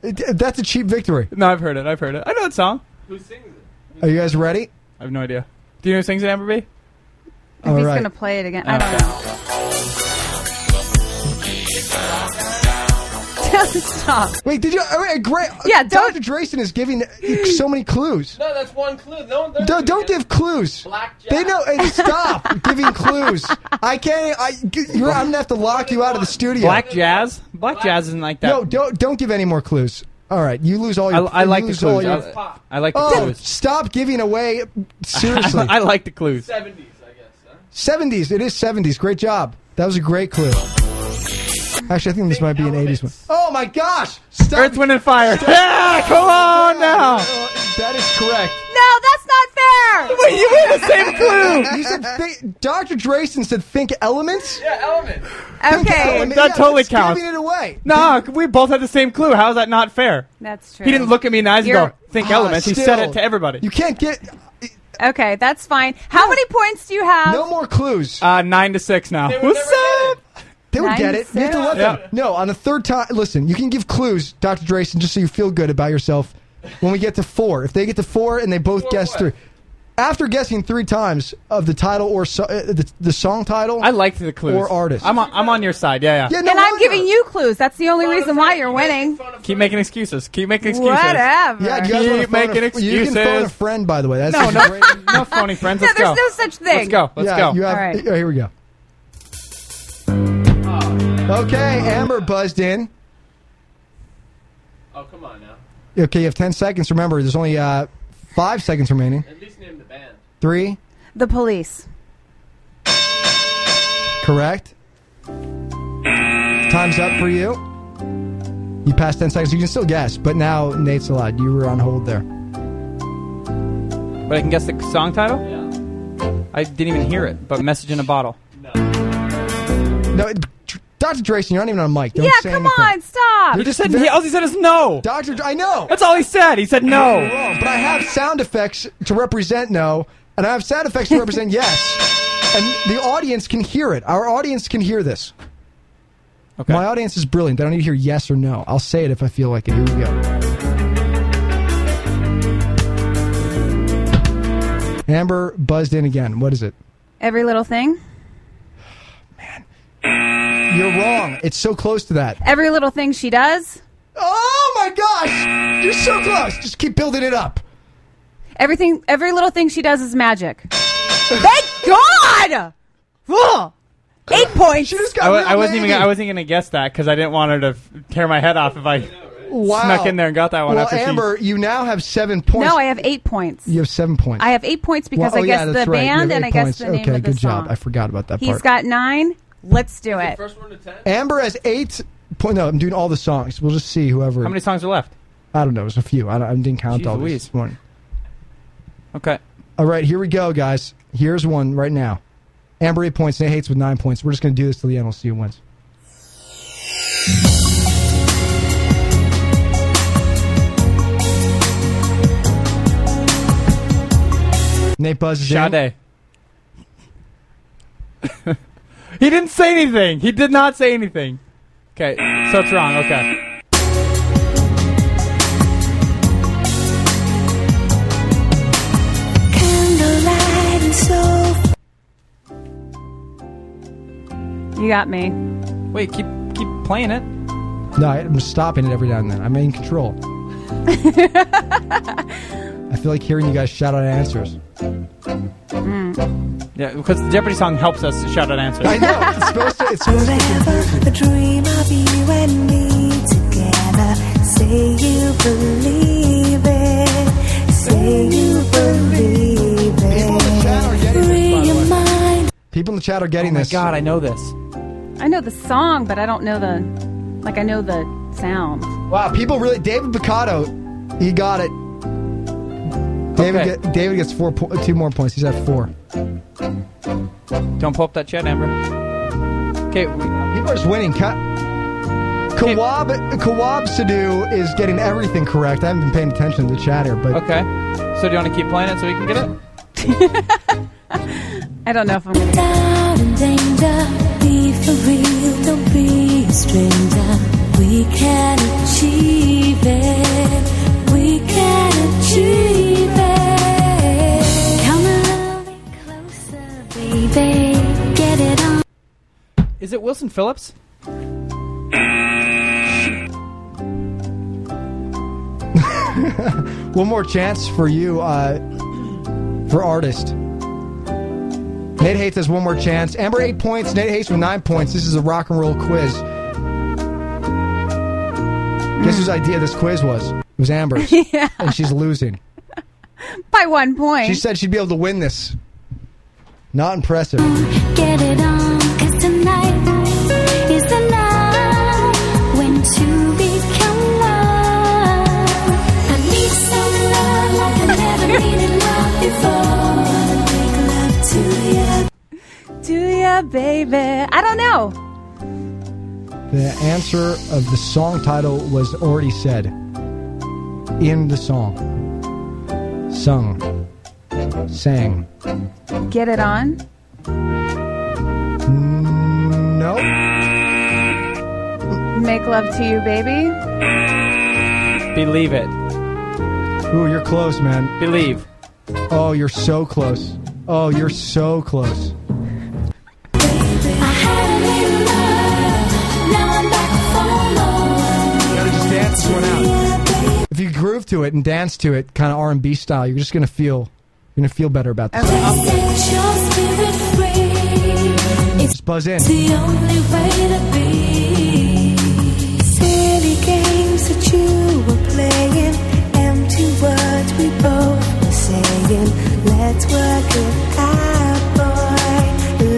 A: That's a cheap victory.
C: No, I've heard it. I've heard it. I know that song.
E: Who sings it?
A: Are you guys ready?
C: I have no idea. Do you know who sings it, Amber B?
B: if
A: All
B: he's
A: right.
B: gonna play it again, I don't know. Stop.
A: Wait, did you? Oh, wait, great.
B: Yeah,
A: Dr.
B: don't-
A: Drayson is giving so many clues.
E: No, that's one clue. No,
A: Don't, don't give clues.
E: Blackjack.
A: They know. Hey, stop giving clues. I can't. I, you're, I'm gonna have to lock you out of the studio.
C: Black Jazz. Black, Jazz isn't like that.
A: No, don't don't give any more clues. All right, you lose all
C: I,
A: your.
C: I
A: you
C: like the
A: lose all
C: clues.
A: your-
C: I, I like the
A: oh,
C: clues.
A: stop giving away. Seriously,
C: I like the clues.
E: Seventies, I guess. Huh?
A: 70s. It is 70s. Great job. That was a great clue. Actually, I think this might be an 80s one. Oh my gosh! Stop.
C: Earth, Wind, and Fire. Yeah, come on now.
A: That is correct.
B: No, that's not fair.
C: Wait, you had the same clue.
A: You said think, Dr. Drayson said think elements.
E: Yeah, Element.
B: Okay,
A: Element-
C: that totally
A: that's giving
C: counts.
A: it away.
C: No, we both had the same clue. How is that not fair?
B: that's true.
C: He didn't look at me in the eyes and
B: You're-
C: go, think
A: Ah,
C: elements. He said
A: still.
C: it to everybody.
A: You can't get
B: Okay, that's fine. How many points do you have?
A: no more clues.
C: uh, nine to six now.
E: They would
C: What's
E: never
C: up?
A: They would get it. You have to let them.
C: Yeah.
A: No, on the third time. Listen, you can give clues, Dr. Drayson, just so you feel good about yourself. When we get to four, if they get to four and they both
E: Four
A: guess
E: what?
A: three, After guessing three times of the title or so, uh, the, the song title,
C: I like the clues.
A: Or artist.
C: I'm on, I'm on your side. Yeah, yeah.
A: Yeah, no
B: and I'm
A: wonder.
B: giving you clues. That's the only reason why you're winning.
C: Keep making excuses. Keep making excuses.
B: Whatever.
A: Yeah, you guys
C: Keep
A: wanna phone
C: making
A: a, You can phone a
C: excuses.
A: friend, by the way. That's
C: No,
A: just-
C: no, no phony friends.
B: No,
C: Let's
B: there's
C: go.
B: no such thing.
C: Let's go. Let's
A: yeah,
C: go.
A: You have,
B: All right.
A: yeah, here we go. Okay, Amber buzzed in.
E: Oh, come on now.
A: Okay, you have 10 seconds. Remember, there's only uh, five seconds remaining.
E: At least name the band.
A: Three,
B: The police.
A: correct. Time's up for you. You passed 10 seconds. You can still guess, but now Nate's allowed. You were on hold there.
C: But I can guess the song title. I didn't even hear it. But message in a bottle.
A: No, it- Dr. Drayson, you're not even on mic. Don't
B: yeah,
A: say
B: come
A: anything.
B: on, stop.
A: You're
C: He just said
A: very-
C: he, all he said is no.
A: Dr. Dr. I know.
C: That's all he said. He said no.
A: wrong, but I have sound effects to represent no, and I have sound effects to represent yes. And the audience can hear it. Our audience can hear this.
C: Okay.
A: My audience is brilliant. They don't need to hear yes or no. I'll say it if I feel like it. Here we go. Amber buzzed in again. What is it?
B: Every little thing.
A: You're wrong. It's so close to that.
B: Every little thing she does.
A: Oh my gosh! You're so close. Just keep building it up.
B: Everything. Every little thing she does is magic. Thank God. Ugh. Eight points.
A: You just got
C: I, wa-
A: real
C: I wasn't
A: navy.
C: even. I wasn't even gonna guess that because I didn't want her to f- tear my head off if I
A: wow.
C: snuck in there and got that one.
A: Well,
C: after she-
A: Amber, you now have seven points.
B: No, I have eight points.
A: You have seven points.
B: I have eight points because
A: Well,
B: I
A: oh,
B: guessed
A: yeah,
B: the
A: that's right. You have
B: band and
A: eight
B: I guessed
A: points.
B: the name
A: okay,
B: of the
A: good
B: song.
A: job. I forgot about that
B: He's
A: part.
B: got nine. Let's do it.
E: First one to ten.
A: Amber has eight. Point, no, I'm doing all the songs. We'll just see whoever.
C: How many songs are left?
A: I don't know. It's a few. I, don't- I didn't count
C: Jeez
A: all
C: Louise.
A: these this morning.
C: Okay.
A: All right, here we go, guys. Here's one right now. Amber eight points. Nate hates with nine points. We're just gonna do this till the end. We'll see who wins. Nate buzzes in.
C: Sade. he didn't say anything. He did not say anything. Okay, so it's wrong. Okay.
B: You got me.
C: Wait, keep keep playing it.
A: No, I- I'm stopping it every now and then. I'm in control. I feel like hearing you guys shout out answers.
C: Yeah, because the Jeopardy song helps us to shout out answers. Oh
A: I know it's supposed to. It's supposed to.
J: Forever, the dream of you and me together. Say you believe it. Say you believe
A: People in the
J: it.
A: chat are getting
J: Free
A: this. By
J: your
A: the way.
J: mind.
A: People in the chat are
C: oh
A: getting
C: my
A: this.
C: god, I know this.
B: I know the song, but I don't know the. Like I know the sound.
A: Wow, people really. David Picato, he got it. David,
C: Okay.
A: get, David gets four, po- two more points. He's at four.
C: Don't pull up that chat, Amber. Okay, we-
A: People are just winning. Ka- Kawab Kawab Sadu is getting everything correct. I haven't been paying attention to the chat here, but
C: okay. So do you want to keep playing it so we can get it?
B: I don't know if I'm gonna.
J: Down in danger. Be for real. Don't be a stranger. We can achieve it. We can achieve it. Come a little bit closer, baby. Get it on.
C: Is it Wilson Phillips?
A: One more chance for you, uh, for artist. Nate Hates has one more chance. Amber, eight points. Nate Hates with nine points. This is a rock and roll quiz. Guess whose idea this quiz was? It was Amber's. And she's losing.
B: By one point.
A: She said she'd be able to win this. Not impressive. All
J: Get it on, cause tonight is the night when to become love. I need some love like I never needed love before. Make love to you.
B: Do ya, baby? I don't know.
A: The answer of the song title was already said in the song. Sung. Sang.
B: Get it on.
A: Nope.
B: Make love to you, baby.
C: Believe it.
A: Ooh, you're close, man.
C: Believe.
A: Oh, you're so close. Oh, you're so close. If you groove to it and dance to it, kind of R and B style, you're just gonna feel, you're gonna feel better about this. Just buzz in.
J: Let's work it out, boy.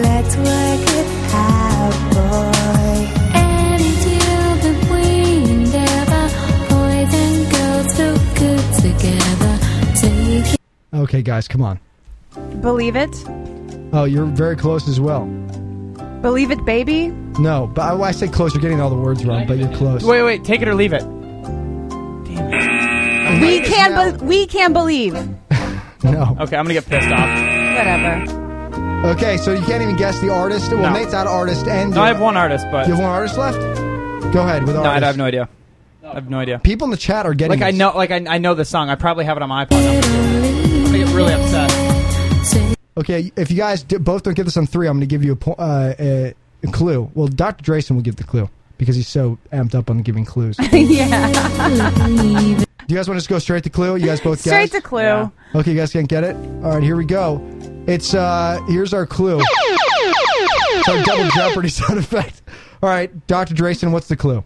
J: Let's work it out, boy. Any deal that we endeavor, boys and girls look good together. Take it.
A: Okay, guys, come on.
B: Believe it.
A: Oh, you're very close as well.
B: Believe it, baby.
A: No, but I, well, I say close. You're getting all the words wrong, but you're close.
C: Wait, wait, take it or leave it.
B: We can. Be- we can believe.
A: No.
C: Okay, I'm gonna get pissed off.
B: Whatever.
A: Okay, so you can't even guess the artist. Well,
C: No.
A: Nate's out of artist and
C: No, I have one artist, but
A: You have one artist left. Go ahead with
C: no, I
A: artist.
C: have no idea. I have no idea.
A: People in the chat are getting.
C: Like I
A: this.
C: know, like I, I know the song. I probably have it on my iPod. now. I'm gonna get really upset.
A: Okay, if you guys do, both don't get this on three, I'm going to give you a, po- uh, a, a clue. Well, Dr. Drayson will give the clue because he's so amped up on giving clues. Do
B: yeah.
A: you guys want to just go straight to clue? You guys both
B: Straight
A: guessed?
B: to clue.
C: Yeah.
A: Okay, you guys can't get it. All right, here we go. It's uh here's our clue. It's our double jeopardy sound effect. All right, Dr. Drayson, what's the clue?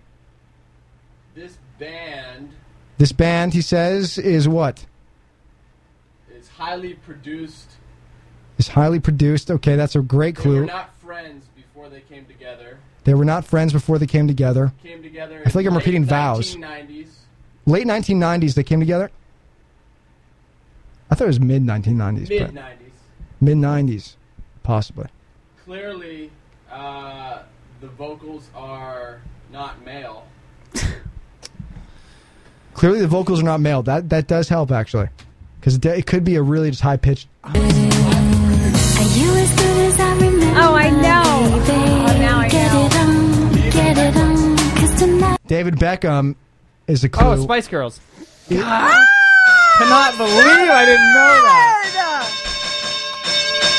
E: This band
A: This band, he says, is what?
E: is highly produced.
A: Is highly produced. Okay, that's a great
E: They were
A: clue.
E: not friends before they came together.
A: They were not friends before they came together.
E: Came together.
A: I feel like I'm repeating vows.
E: 1990s.
A: Late 1990s, they came together. I thought it was mid 1990s.
E: Mid 90s.
A: Mid 90s, possibly.
E: Clearly, uh, the vocals are not male.
A: Clearly, the vocals are not male. That that does help actually, because it, it could be a really just high pitched.
J: Are you as good as I remember?
B: Oh, I know.
J: Baby?
B: Oh, now I
J: get
B: know.
J: it on, get it on. 'cause tonight
A: David Beckham is a clue.
C: Oh, Spice Girls.
A: Ah!
C: Cannot believe I didn't know that.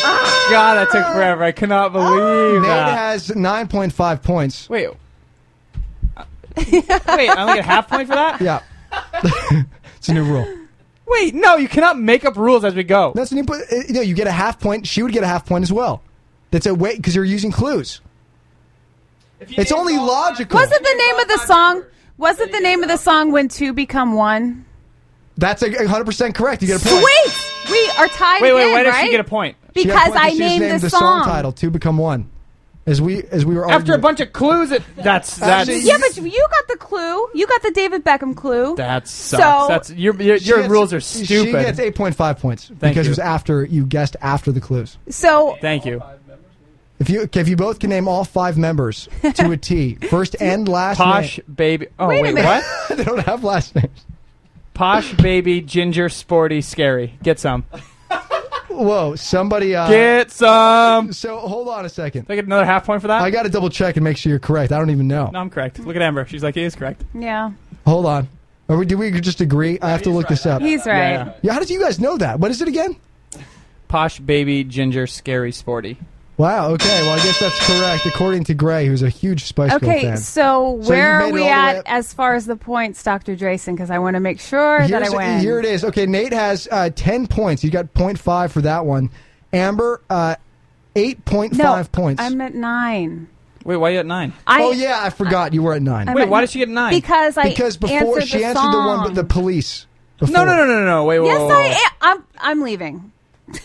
A: Ah!
C: God, that took forever. I cannot
A: Oh,
C: believe
A: Nate
C: that.
A: has 9.5 points.
C: Wait. Uh, Wait, I only get a half point for that?
A: Yeah. it's a new rule.
C: Wait, no, you cannot make up rules as we go.
A: That's a new. po- uh, No, you get a half point. She would get a half point as well. That's a way because you're using clues. It's only logical.
B: Was it the name of the song? Was it the name of the song when two become one?
A: That's a 100 percent correct. You get a point.
B: Sweet. We are tied
C: Wait, wait,
B: again,
C: why does
B: right?
C: she get a point?
A: She got a
B: Because
A: point
B: I
A: she just
B: named, the, song.
A: title "Two Become One." As we as we were
C: After a
A: arguing.
C: bunch of clues, it, that's that's
A: Actually,
B: Yeah, but you got the clue. You got the David Beckham clue.
C: that sucks.
B: So-
C: that's your your,
A: She
C: your
A: gets-
C: rules are
A: She gets
C: stupid.
A: 8.5 points because it
C: you.
A: was after you guessed after the clues.
B: So
C: Thank you.
A: If you if you both can name all five members to a T, first and last
C: Posh baby. Oh
B: Wait a
C: wait,
B: minute.
C: what?
A: name. they don't have last names.
C: Posh baby ginger sporty scary. Get some.
A: Whoa, somebody. Uh,
C: Get some. Do
A: so hold on a second.
C: I get another half point for that?
A: I got to double check and make sure you're correct. I don't even know.
C: no, I'm correct. Look at Amber. She's like, he is correct.
B: yeah,
A: Hold on. Are we? Do we just agree? I have to look this up.
B: he's right.
C: Yeah, yeah.
A: Yeah, how did you guys know that? What is it again?
C: Posh baby ginger scary sporty.
A: Wow. Okay. Well, I guess that's correct according to Gray, who's a huge Spice Girl
B: Okay,
A: fan.
B: so
A: So you made
B: where are
A: it
B: we
A: all the way
B: at
A: up.
B: as far as the points, Dr. Drayson? Because I want to make sure that I
A: Here's-
B: win.
A: Here it is. Okay, Nate has uh, 10 points. You got 0.5 for that one. Amber, uh, 8.5
B: no,
A: points.
B: I'm at nine.
C: Wait, why are you at nine?
B: I,
A: oh, yeah, I forgot you were at 9.
B: I'm
C: Wait,
B: at
C: why
B: nine.
C: did she get a nine?
B: Because I
A: because before
B: answered
A: she
B: the
A: answered the one with the
B: song.
A: police.
C: No,
A: before.
C: no, no, no, no, no. Wait, wait,
B: Yes,
C: wait,
B: I
C: wait.
B: am. I'm, I'm leaving.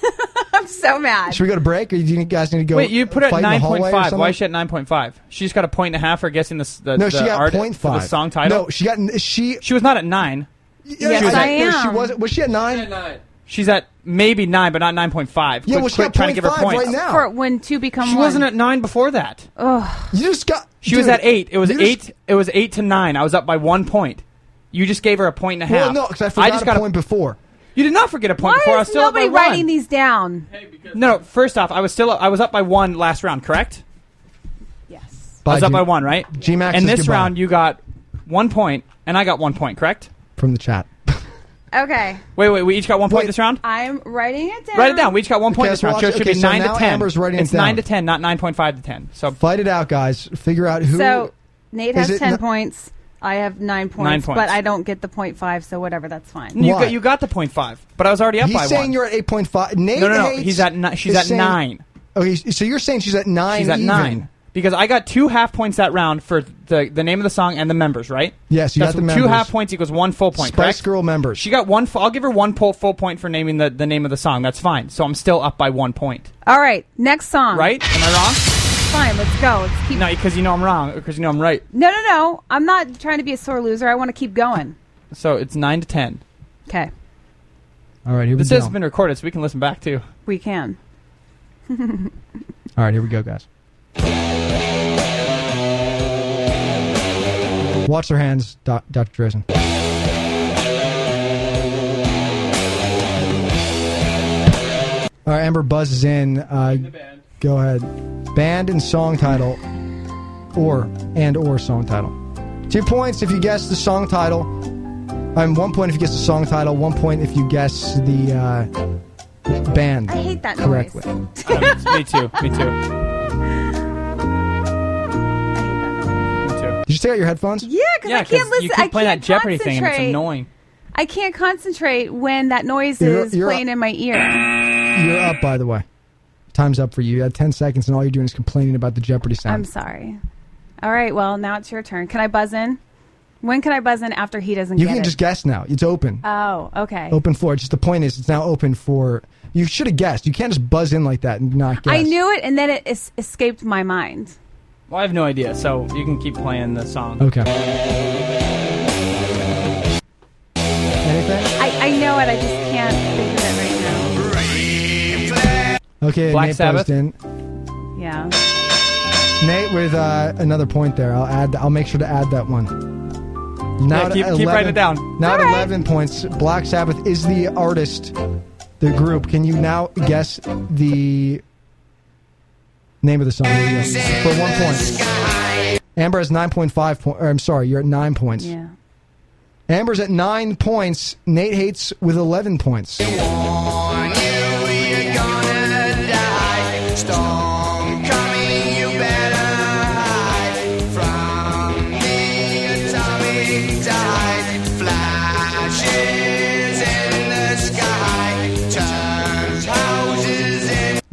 B: I'm so mad.
A: Should we go to break, or do you guys need to go?
C: Wait, you put it
A: fight
C: at
A: in the
C: nine
A: hallway
C: point
A: or
C: five. Why
A: something?
C: is she at nine point five? She's got a point and a half for guessing this. The,
A: No,
C: the
A: she got
C: art-
A: point
C: for
A: five.
C: the song title.
A: No, she got she.
C: she was not at nine.
B: Yes,
A: she was
B: I
A: at- no, She
B: am.
A: was. Was she at nine?
E: Nine.
C: She's at maybe nine, but not nine point five.
A: Yeah,
C: quick,
A: well, she
C: quick,
A: got
C: trying to give her
A: 0.5
C: points.
A: right now.
B: For when two become
C: She
B: one.
C: wasn't at nine before that.
B: Oh,
A: You just got.
C: She was
A: dude,
C: at eight. It was
A: you just-
C: eight. It was eight to nine. I was up by one point. You just gave her a point and a half.
A: Well, no, because I forgot
C: just
A: a
C: got
A: point before.
C: You did not forget a point
B: Why
C: before. I was
B: is
C: still up by
B: nobody writing
C: one.
B: these down?
C: No, no, first off, I was still up, I was up by one last round, correct?
B: Yes.
A: Bye,
C: I was up
A: G-
C: by one, right?
A: G-Max
C: And
A: says
C: this
A: goodbye.
C: round, you got one point, and I got one point, correct?
A: from the chat.
B: Okay.
C: Wait, wait. We each got one point this round.
B: I'm writing it down.
C: Write it down. We each got one point
A: Okay,
C: this
A: so
C: round.
A: watch-
C: So it should
A: okay,
C: be
A: so
C: nine
A: now
C: to ten.
A: Amber's writing it
C: it's nine
A: down.
C: to ten, not nine point five to ten. So
A: Fight it out, guys. Figure out who.
B: So Nate
A: Is
B: has
A: it
B: ten
A: n-
B: points. I have nine points,
C: points.
B: but I don't get the point five, so whatever. That's fine.
C: you
A: Why?
C: got, you got the point five, but I was already up
A: he's
C: by
A: saying
C: one.
A: you're at eight point five. Nate
C: no, no, no.
A: hates-
C: He's at ni- she's
A: is
C: at
A: saying-
C: nine.
A: Okay, so you're saying she's at nine.
C: She's at
A: even.
C: nine because I got two half points that round for the the name of the song and the members. Right?
A: Yes, you
C: That's
A: got the
C: two
A: members.
C: half points equals one full point.
A: Spice
C: correct?
A: Girl members.
C: She got one. Full, I'll give her one po- full point for naming the, the name of the song. That's fine. So I'm still up by one point.
B: All right. Next song.
C: Right? Am I
B: Fine. Let's go. Let's keep.
C: wrong? No, because you know I'm wrong. Because you know I'm right.
B: No, no, no. I'm not trying to be a sore loser. I want to keep going.
C: So it's nine to ten.
B: Okay.
A: All right, here
C: This
A: we
C: has
A: go.
C: been recorded, so we can listen back too.
B: We can.
A: All right, here we go, guys. Watch their hands, doc, Dr. Dresden. All right, Amber buzzes in. Uh, go ahead. Band and song title, or and or song title. Two points if you guess the song title. Um, one point if you guess the song title. One point if you guess the uh, band.
B: I hate that
A: correctly.
B: noise.
C: Um, me too. Me too. Me too.
A: Did you take out your headphones?
B: Yeah, because I can't listen.
C: you keep
B: I
C: playing
B: can't
C: that Jeopardy thing, and it's
B: concentrate.
C: annoying.
B: I can't concentrate when that noise
A: You're-
B: is
A: you're-
B: playing in my ear.
A: You're up, by the way. Time's up for you. You had 10 seconds, and all you're doing is complaining about the Jeopardy
B: I'm
A: sound.
B: sorry. All right. Well, now it's your turn. Can I buzz in? When can I buzz in after he doesn't
A: you
B: get
A: can
B: it?
A: just guess now. It's open.
B: oh, okay.
A: open floor. Just the point is, it's now open for. You should have guessed. You can't just buzz in like that and not guess.
B: I knew it, and then it es- escaped my mind.
C: Well, I have no idea. So you can keep playing the song.
A: Okay. Anything?
B: I, I know it. I just can't think of it right
A: Okay,
C: Black
A: Nate
C: Sabbath?
A: buzzed in.
B: now. Yeah.
A: Nate with uh, another point there. I'll add. I'll make sure to add that one. Now
C: Yeah,
A: at
C: keep- keep writing it down.
A: Now at 11 points. Black Sabbath is the artist, the group. Can you now guess the name of the song Here we go. for one point? Amber has 9.5 points. I'm sorry, you're at nine points.
B: Yeah.
A: Amber's at nine points. Nate hates with 11 points.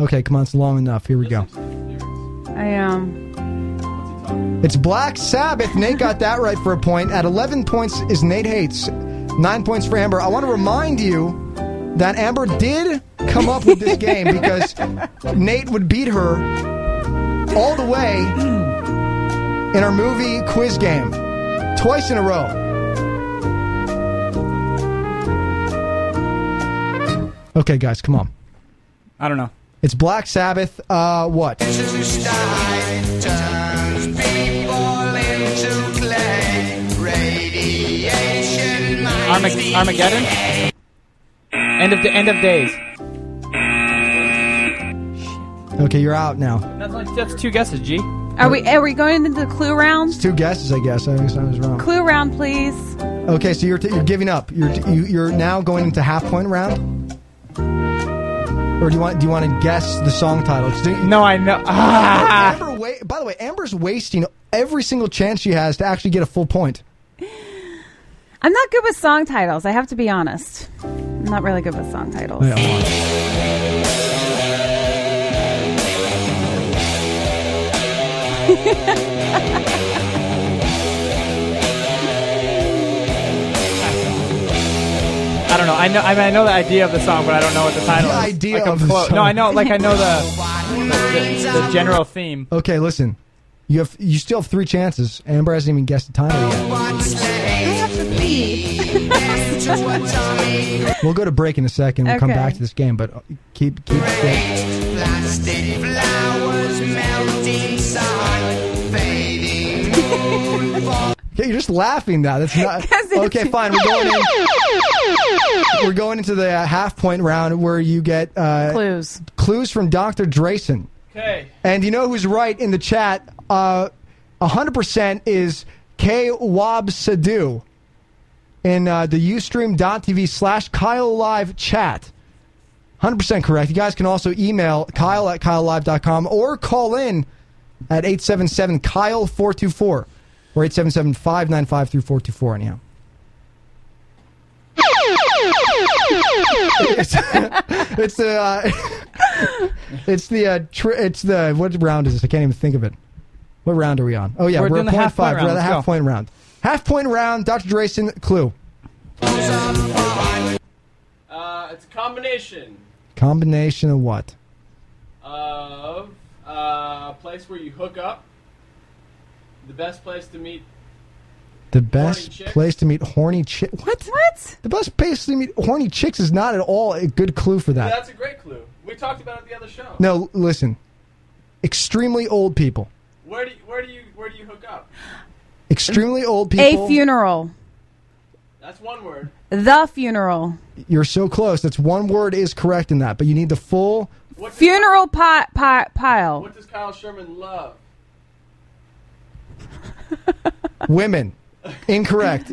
A: Okay, come on, it's long enough. Here we go.
B: I um, am.
A: It's Black Sabbath. Nate got that right for a point. At 11 points is Nate Hates. Nine points for Amber. I want to remind you that Amber did come up with this game because Nate would beat her all the way in our movie quiz game twice in a row. Okay, guys, come on.
C: I don't know.
A: It's Black Sabbath. Uh, what?
C: Armag- Armageddon. End of the end of days.
A: Okay, you're out now.
C: That's, like, that's two guesses. G.
B: Are we? Are we going into the clue round?
A: Two guesses, I guess. I guess I was wrong.
B: Clue round, please.
A: Okay, so you're, t- you're giving up. You're t- you, you're now going into half point round. Or do you want do you want to guess the song title? Just do-
C: No, I know. Ah!
A: Amber wa- by the way, Amber's wasting every single chance she has to actually get a full point.
B: I'm not good with song titles. I have to be honest. I'm not really good with song titles.
C: I don't know. I know. I mean, I know the idea of the song, but I don't know what the title
A: The
C: is.
A: idea
C: Like, I'm
A: of the
C: close.
A: song.
C: No, I know. Like I know the the, the general theme.
A: Okay, listen, you have you still have three chances. Amber hasn't even guessed the title yet. We'll go to break in a second. We'll come
B: Okay.
A: back to this game, but uh, keep keep. Yeah, you're just laughing now. That's not
B: 'Cause it's-
A: okay. Fine, we're going in. We're going into the uh, half point round where you get uh,
B: Clues.
A: clues from Dr. Drayson.
C: Okay.
A: And you know who's right in the chat? Uh, 100% is K Wab Sadu. in uh, the ustream.tv slash Kyle Live chat. 100% correct. You guys can also email kyle at kylelive.com or call in at 877 Kyle 424 or 877 595 3424. Anyhow. it's, it's the uh, it's the uh, tr- it's the what round is this? I can't even think of it. What round are we on? Oh yeah,
C: We're
A: we're,
C: doing
A: at
C: the
A: point
C: half point
A: five.
C: round.
A: We're at the
C: Let's
A: half
C: go.
A: point round. Half point round. Dr. Drayson, clue
E: Uh, it's a combination
A: combination of what?
E: of uh, a place where you hook up, the best place to meet.
A: The best
E: chicks?
A: place to meet horny chick. What?
B: What?
A: The best place to meet horny chicks is not at all a good clue for that.
E: That's a great clue. We talked about it the other show.
A: No, l- listen. Extremely old people.
E: Where do you, where do you where do you hook up?
A: Extremely old people.
B: A funeral.
E: That's one word.
B: The funeral.
A: You're so close. That's one word is correct in that, but you need the full.
B: Funeral pi- pi- pile.
E: What does Kyle Sherman love?
A: Women. Incorrect.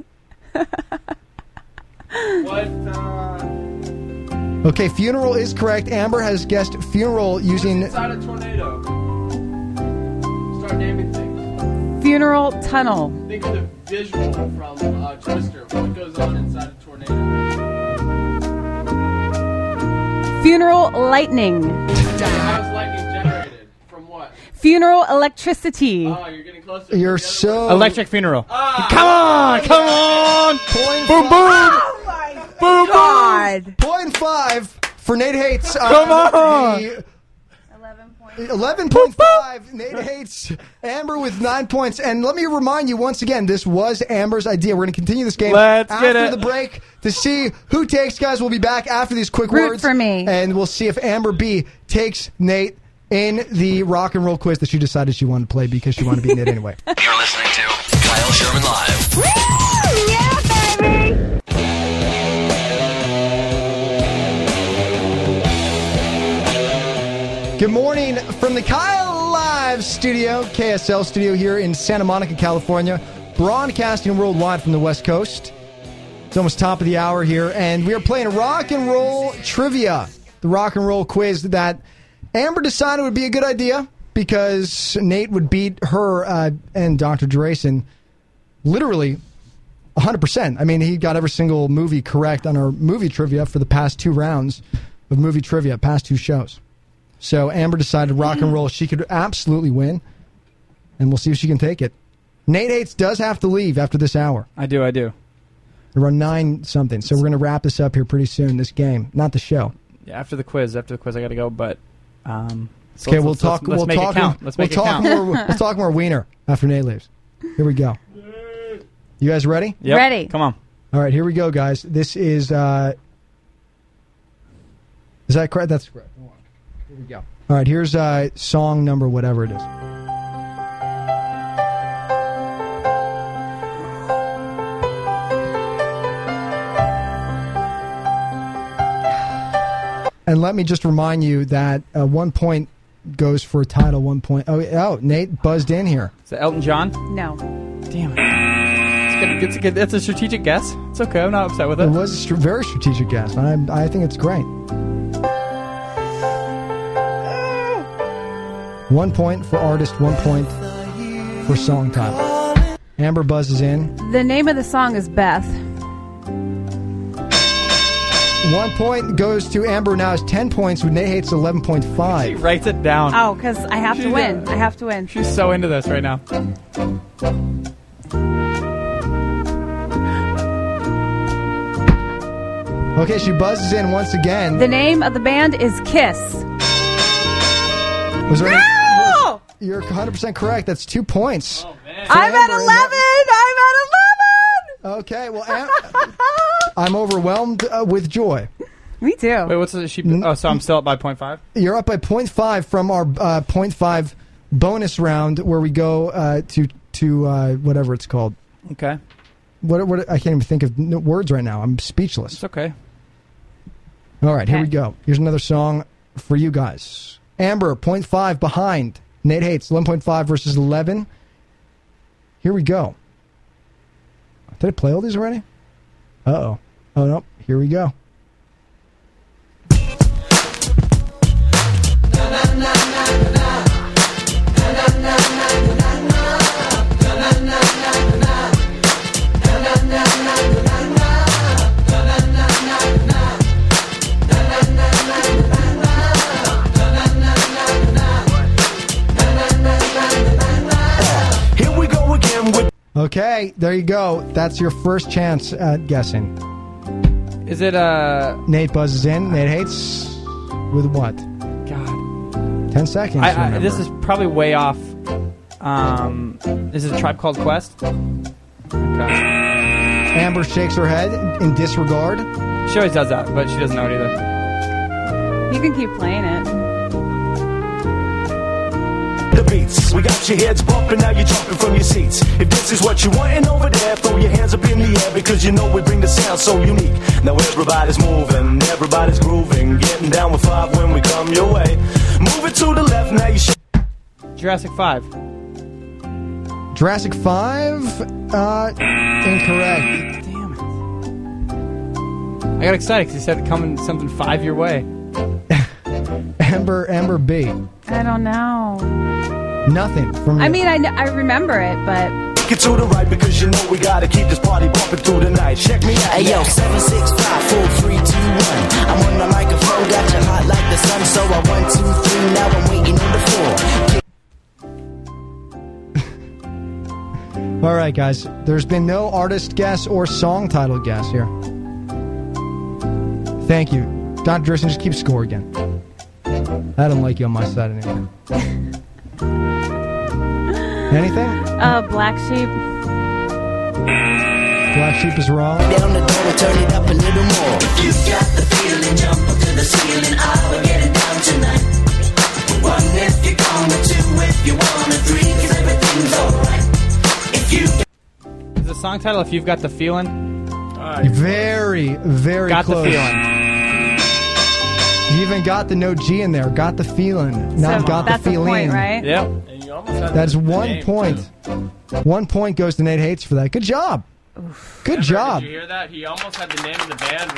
E: What? Uh,
A: Okay, funeral is correct. Amber has guessed funeral using.
E: inside a tornado. Start naming things.
B: Funeral tunnel.
E: Think of the visual from uh, Twister. What goes on inside a tornado?
B: Funeral lightning.
E: How's lightning generated? From what?
B: Funeral electricity.
E: Oh, you're getting closer.
A: You're so.
C: Electric funeral. Come
A: Ah.
C: on, come on. Boom, boom. Boom, boom.
B: God.
A: Point five for Nate Hates. on
C: Come on.
A: the
B: 11 points.
A: 11.5. Nate hates Amber with nine points. And let me remind you once again, this was Amber's idea. We're going to continue this game
C: Let's
A: after
C: get it.
A: the break to see who takes. Guys, we'll be back after these quick
B: Root
A: words.
B: for me.
A: And we'll see if Amber B takes Nate in the rock and roll quiz that she decided she wanted to play because she wanted to be Nate anyway.
K: You're listening to Kyle Sherman Live.
B: Yeah, baby.
A: Good morning from the Kyle Live studio, KSL studio here in Santa Monica, California, broadcasting worldwide from the West Coast. It's almost top of the hour here, and we are playing rock and roll trivia, the rock and roll quiz that Amber decided would be a good idea because Nate would beat her uh, and Dr. Drayson literally 100%. I mean, he got every single movie correct on our movie trivia for the past two rounds of movie trivia, past two shows. So Amber decided rock
C: Mm-hmm.
A: and roll. She could absolutely win, and we'll see if she can take it. Nate Hates does have to leave after this hour.
C: I do, I do.
A: Around nine something. So we're going to wrap this up here pretty soon. This game, not the show.
C: Yeah, after the quiz, after the quiz, I got to go. But um, so
A: Okay,
C: let's-
A: we'll
C: let's-
A: talk.
C: Let's,
A: we'll
C: make
A: talk.
C: it count. Let's
A: we'll
C: make it
A: talk
C: count.
A: more. We'll talk more wiener after Nate leaves. Here we go. You guys ready?
C: Yep.
B: Ready.
C: Come on.
A: All right, here we go, guys. This is. uh Is that correct? That's correct. Hold on. Here we go. All right, here's uh song number whatever it is. And let me just remind you that uh, one point goes for a title. One point. Oh, oh, Nate buzzed in here.
C: Is that Elton John?
B: No.
C: Damn it. It's good. It's a good. That's a strategic guess. It's okay. I'm not upset with
A: It
C: it.
A: was a str- very strategic guess. I, I think it's great. One point for artist, one point for song title. Amber buzzes in.
B: The name of the song is Beth.
A: One point goes to Amber. Now is ten points with Nate Hates eleven point
C: She
A: five.
C: writes it down.
B: Oh, because I have to win. I have to win.
C: She's so into this right now.
A: Okay, she buzzes in once again.
B: The name of the band is Kiss.
A: Was there?
B: No!
A: You're 100 percent correct. That's two points.
B: Oh! I'm at 11! I'm at
A: Okay. Well, Am- I'm overwhelmed uh, with joy.
B: 11! Me too.
C: Wait, what's the, she? Oh, so I'm still up by point five.
A: you're up by 0.5 from our uh, 0.5 bonus round where we go uh, to to uh, whatever it's called.
C: Okay,
A: What, what I can't even think of n- words right now. I'm speechless.
C: it's okay.
A: All right, here we
B: Okay.
A: go. Here's another song for you guys. Amber 0.5 behind Nate Hates 11.5 versus 11. Here we go. Did I play all these already? Uh oh. Oh no. Here we go.
L: Here we go again with
A: Okay, there you go. That's your first chance at guessing.
C: Is it uh
A: Nate buzzes in. Nate hates with what?
C: God?
A: Ten seconds.
C: I, I,
A: remember.
C: this is probably way off. Um, this is a tribe called Quest. Okay.
A: Amber shakes her head in disregard.
C: She always does that, but she doesn't know it either.
B: You can keep playing it.
L: the beats. We got your heads bumping, now you're jumping from your seats. If this is what you wantin' over there, throw your hands up in the air because you know we bring the sound so unique. Now everybody's moving, everybody's grooving, getting down with five when we come your way. Move it to the left, now you sh-
C: Jurassic Five.
A: Jurassic Five. Uh, incorrect.
C: I got excited because he said coming something five your way.
A: Amber. Amber B.
B: I don't know.
A: Nothing from.
B: I
A: you.
B: mean, I, kn- I remember it, but
L: Get to the right because you know we gotta keep this party bumping through the night. Check me out.
F: Hey yo, seven, six, five, four, three, two, one. I'm on the microphone, got you hot like the sun. So I one, two, three, now I'm waiting on the floor.
A: All right, guys. There's been no artist guess or song title guess here. Thank you, Don Driston. Just keep score again. I don't like you on my side anymore. Anything?
B: uh, Black Sheep.
A: Black Sheep is wrong.
F: Down the door, turn it up a little more. If you got the feeling, jump up to the ceiling. I will get it down tonight. One if you're gonna, two if you wanna, three 'cause everything's alright. If you
C: Is the song title "If You've Got the Feeling"?
A: Very, very
C: Got the
A: close.
C: feeling.
A: You even got the no G in there. Got the feeling. Not
B: So
A: got
B: that's
A: the
B: a
A: feeling.
B: point, right?
C: Yep.
A: That's one point. One point goes to Nate Hates for that. Good job. Good job.
E: Did you hear that? He almost had the name of the band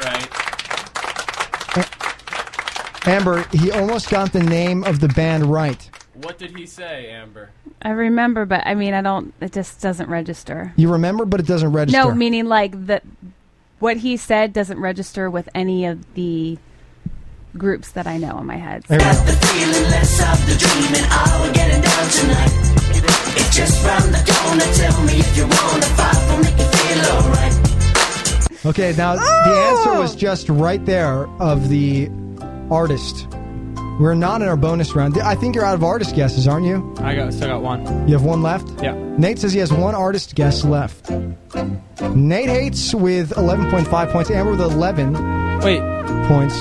E: right.
A: Amber, he almost got the name of the band right.
E: What did he say, Amber?
B: I remember, but I mean, I don't. It just doesn't register.
A: You remember, but it doesn't register.
B: No, meaning like the what he said doesn't register with any of the groups that I know in my head.
A: There we go.
F: feeling, let's stop the dreaming. I will get it down tonight. It's just round the corner. Tell me if you wanna fight, we'll make you feel alright.
A: Okay, now the answer
C: Oh!
A: was just right there of the artist. We're not in our bonus round. I think you're out of artist guesses, aren't you?
C: I got still got one.
A: You have one left?
C: Yeah.
A: Nate says he has one artist guess left. Nate hates with 11.5 points. Amber with 11
C: Wait.
A: points.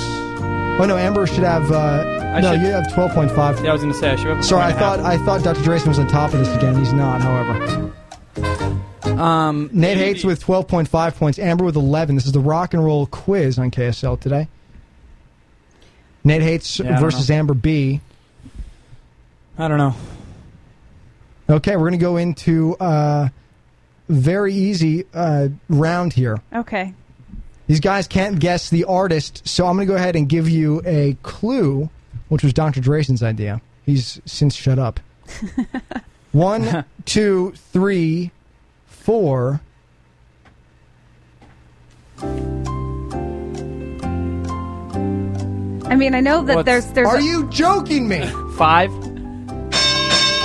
A: Oh no, Amber should have. Uh, no,
C: should-
A: you have 12.5.
C: Yeah, I was gonna say I should. Have
A: Sorry, I
C: point and a half.
A: thought I thought Dr. Drayson was on top of this again. He's not, however.
C: Um,
A: Nate hates with 12.5 points. Amber with 11. This is the rock and roll quiz on KSL today. Nate hates
C: Yeah, I don't
A: versus
C: know.
A: Amber B.
C: I don't know.
A: Okay, we're going to go into uh, very easy uh, round here.
B: Okay.
A: These guys can't guess the artist, so I'm going to go ahead and give you a clue, which was Dr. Drayson's idea. He's since shut up. One, two, three, four.
B: I mean, I know that
C: What's-
B: there's there's
A: Are
B: a-
A: you joking me?
C: Five.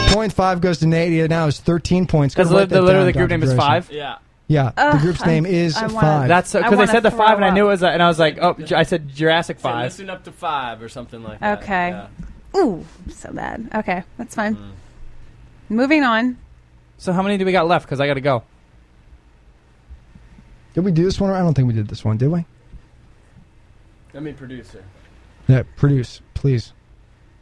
A: Point five goes to Nate. He now is 13 points.
C: Because
A: Go
C: the,
A: write that
C: the, literally the
A: down,
C: group
A: Dr.
C: name is
A: Drayson.
C: five.
E: Yeah.
A: Yeah, the
B: Ugh,
A: group's name
B: I'm-
A: is
B: I wanna-
A: five.
C: That's
B: I
C: because I
B: wanna
C: said the
B: throw
C: five, and I knew
B: up.
C: it was, a, and I was like, oh, Ju- I said Jurassic
E: Say,
C: Five.
E: listen up to five or something like that.
B: Okay.
E: Yeah. Mm.
B: Ooh, so bad. Okay, that's fine. Moving on.
C: So how many do we got left? Because I got to go.
A: did we do this one? I don't think we did this one, did we?
E: I mean, producer.
A: Yeah, produce, please.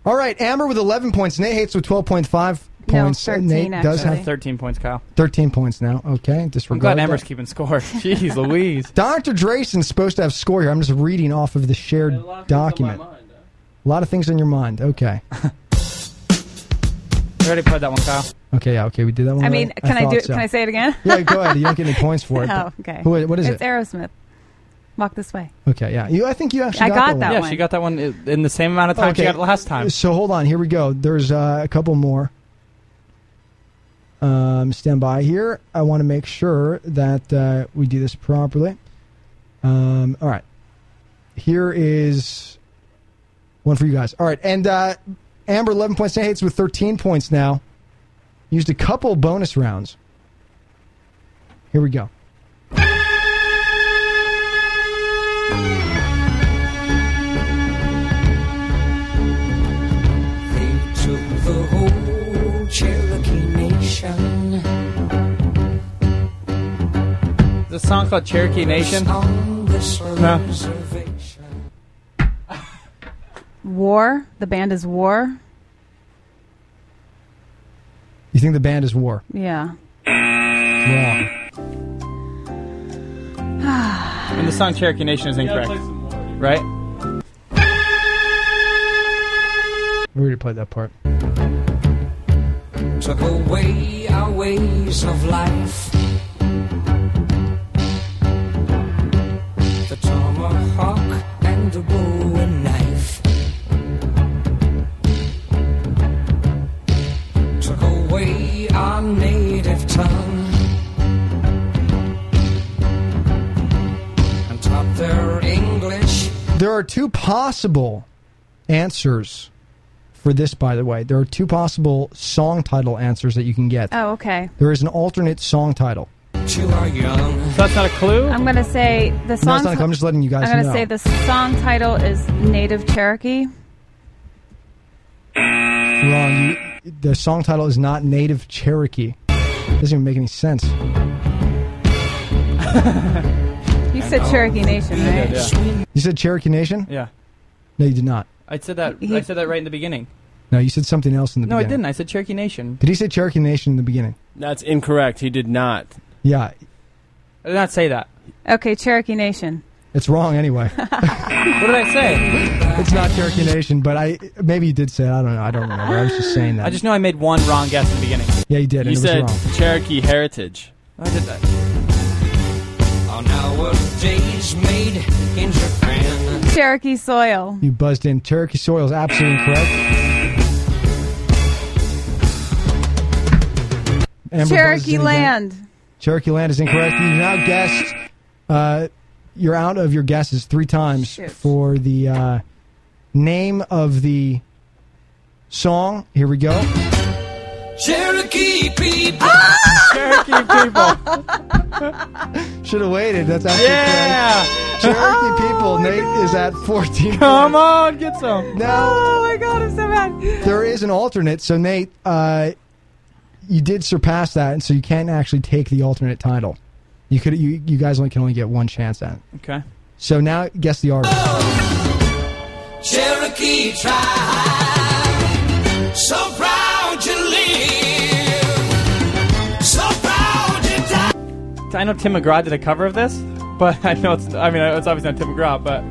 A: All right, Amber with 11 points. Nate hates with 12.5
B: No,
A: points. Uh,
B: 13
A: Nate does
B: actually.
A: have
C: Thirteen points, Kyle.
A: 13 points now. Okay,
C: I'm
A: disregard.
C: glad Amber's
A: that.
C: keeping score. Jeez, Louise.
A: Dr. Drayson's supposed to have score here. I'm just reading off of the shared document. A lot of things on your mind. Okay.
C: We already played that one, Kyle.
A: Okay, yeah, okay, we did that one.
B: I mean,
A: right?
B: can I, do?
A: thought so.
B: Can I say it again?
A: Yeah, go ahead. You don't get any points for it.
B: oh,
A: but-
B: okay.
A: Who, what is
B: it's
A: it?
B: Aerosmith. Walk this way.
A: Okay, yeah. You, I think you actually
B: I got
A: that
B: that
C: yeah,
A: one.
C: she got that one i- in the same amount
A: Oh,
C: of time she got it last time.
A: So hold on. Here we go. There's uh, a couple more. Um, stand by here. I want to make sure that uh, we do this properly. Um, all right. Here is one for you guys. All right. And uh, Amber, 11 points. Hates with 13 points now. Used a couple bonus rounds. Here we go.
F: They took the whole Cherokee Nation.
C: There's a song called Cherokee Nation.
F: On this
C: No.
F: reservation.
B: War. The band is War.
A: You think the band is war?
B: Yeah.
A: Wrong.
C: And the song Cherokee Nation is incorrect. Right?
A: We already played that part.
F: Took away our ways of life. The tomahawk and the bow and knife. Took away our native tongue. And taught their English
A: There are two possible answers for this, by the way. There are two possible song title answers that you can get.
B: Oh, okay.
A: There is an alternate song title.
F: to our young.
C: So that's not a clue?
B: I'm gonna say
A: No,
B: the song.
A: it's not, I'm just letting you guys
B: I'm gonna
A: know.
B: say the song title is Native Cherokee.
A: Wrong. You, the song title is not Native Cherokee. Doesn't even make any sense.
B: You said
E: Oh.
B: Cherokee Nation, right?
A: You said Cherokee Nation?
C: Yeah.
A: No, you did not.
C: I said that I said that right in the beginning.
A: No, you said something else in the
C: No, I
A: beginning.
C: didn't. I said Cherokee Nation.
A: Did he say Cherokee Nation in the beginning?
M: That's incorrect. He did not.
A: Yeah,
C: I did not say that.
B: Okay, Cherokee Nation.
A: it's wrong anyway.
C: What did I say?
A: it's not Cherokee Nation, but I maybe you did say it. I don't know. I don't remember. I was just saying that.
C: I just know I made one wrong guess in the beginning.
A: yeah, you did. and
M: you
A: it was
M: said
A: wrong.
M: Cherokee heritage.
C: I did that.
F: On our days made in Japan.
B: Cherokee soil.
A: You buzzed in. Cherokee soil is absolutely incorrect. Amber buzzes in
B: Cherokee
A: again.
B: land.
A: Cherokee land is incorrect. You've now guessed. Uh, you're out of your guesses three times
B: Shit.
A: for the uh, name of the song. Here we go.
F: Cherokee people.
C: Cherokee people.
A: Should have waited. That's actually
C: Yeah. Oh
A: correct. Cherokee people. Nate is at 14.
C: Come on, get some.
A: No,
B: Oh my god, I'm so mad.
A: there is an alternate. So Nate, uh, you did surpass that, and so you can't actually take the alternate title. You could. You, you guys only can only get one chance at it.
C: Okay.
A: So now guess the artist.
F: Cherokee tribe. So proud you live. So proud you die.
C: I know Tim McGraw did a cover of this, but I know it's. I mean, it's obviously not Tim McGraw, but.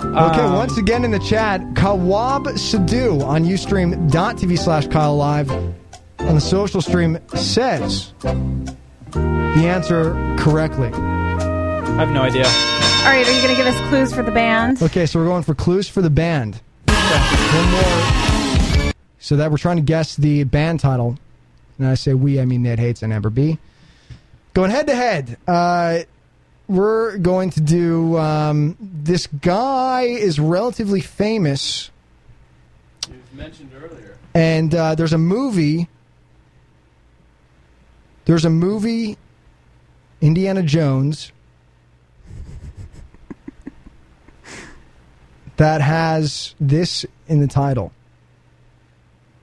A: Okay,
C: um,
A: once again in the chat, Kawab Sadu on ustream.tv slash Kyle Live on the social stream says the answer correctly.
C: I have no idea.
B: All right, are you gonna give us clues for the band?
A: Okay, so we're going for clues for the band. One more. So that we're trying to guess the band title. And I say we, I mean Ned Hates and Amber B. Going head to head. Uh, we're going to do. Um, this guy is relatively famous.
E: It was mentioned earlier.
A: and uh, there's a movie. There's a movie, Indiana Jones, that has this in the title.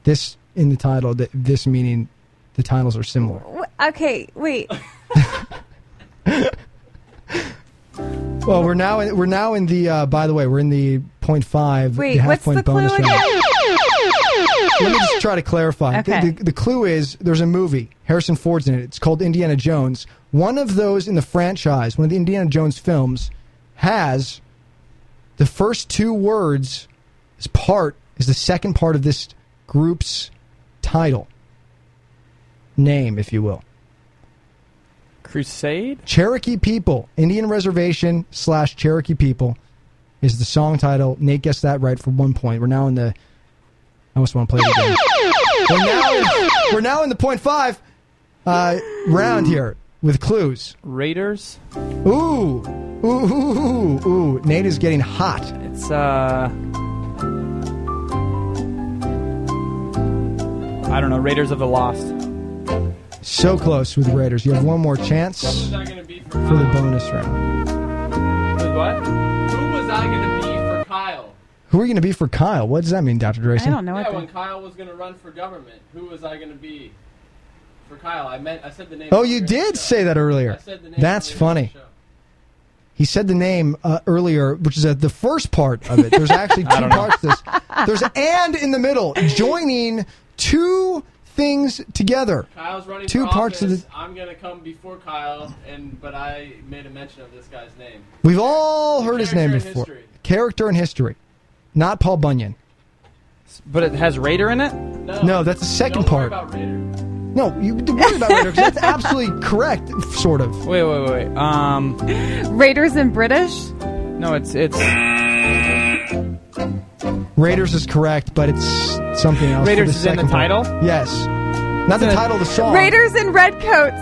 A: This in the title. th- This meaning the titles are similar.
B: Wh- Okay, wait.
A: Well, we're now in, we're now in the. Uh, by the way, we're in the point five.
B: Wait,
A: the half
B: what's
A: point
B: the clue
A: bonus round.
B: again?
A: Let me just try to clarify. The-
B: Okay.
A: The, the clue is there's a movie. Harrison Ford's in it. It's called Indiana Jones. One of those in the franchise, one of the Indiana Jones films, has the first two words as part is the second part of this group's title name, if you will.
C: Crusade?
A: Cherokee People, Indian Reservation slash Cherokee People is the song title. Nate guessed that right for one point. We're now in the. I almost want to play it again. We're now, we're now in the point five uh, round here with clues.
C: Raiders?
A: Ooh. Ooh, ooh, ooh, ooh. Nate is getting hot.
C: It's, uh. I don't know. Raiders of the Lost.
A: So close with the Raiders. You have one more chance for the bonus round.
E: Wait, what? Who was I gonna be for Kyle?
A: Who are you going to be for Kyle? What does that mean, Dr. Drayson?
E: Yeah, when Kyle was gonna run for government, who was I gonna be for Kyle? I meant I said the name.
A: Oh,
E: earlier
A: you
E: in the
A: did
E: show.
A: say that earlier.
E: I said the name
A: That's
E: earlier in the
A: funny. He said the name uh, earlier, which is uh, the first part of it. There's actually
C: I
A: two
C: don't know.
A: parts to this. There's and in the middle, joining two things together.
E: Kyle's running
A: two
E: for
A: parts
E: office.
A: of the.
E: I'm gonna come before Kyle, and but I made a mention of this guy's name.
A: We've all heard his name
E: Character and
A: before.
E: history.
A: Character and history, not Paul Bunyan.
C: But it has Raider in it?
A: No, that's the 2nd part. no, you worry about Raider 'cause that's absolutely correct, sort of.
C: Wait, wait, wait. Um,
B: Raiders in British?
C: no, it's it's
A: Raiders is correct, but it's something else. for
C: Raiders
A: the
C: is in the
A: second part.
C: title?
A: Yes. Not the
C: It's in the-
A: title of the song.
B: Raiders in Redcoats.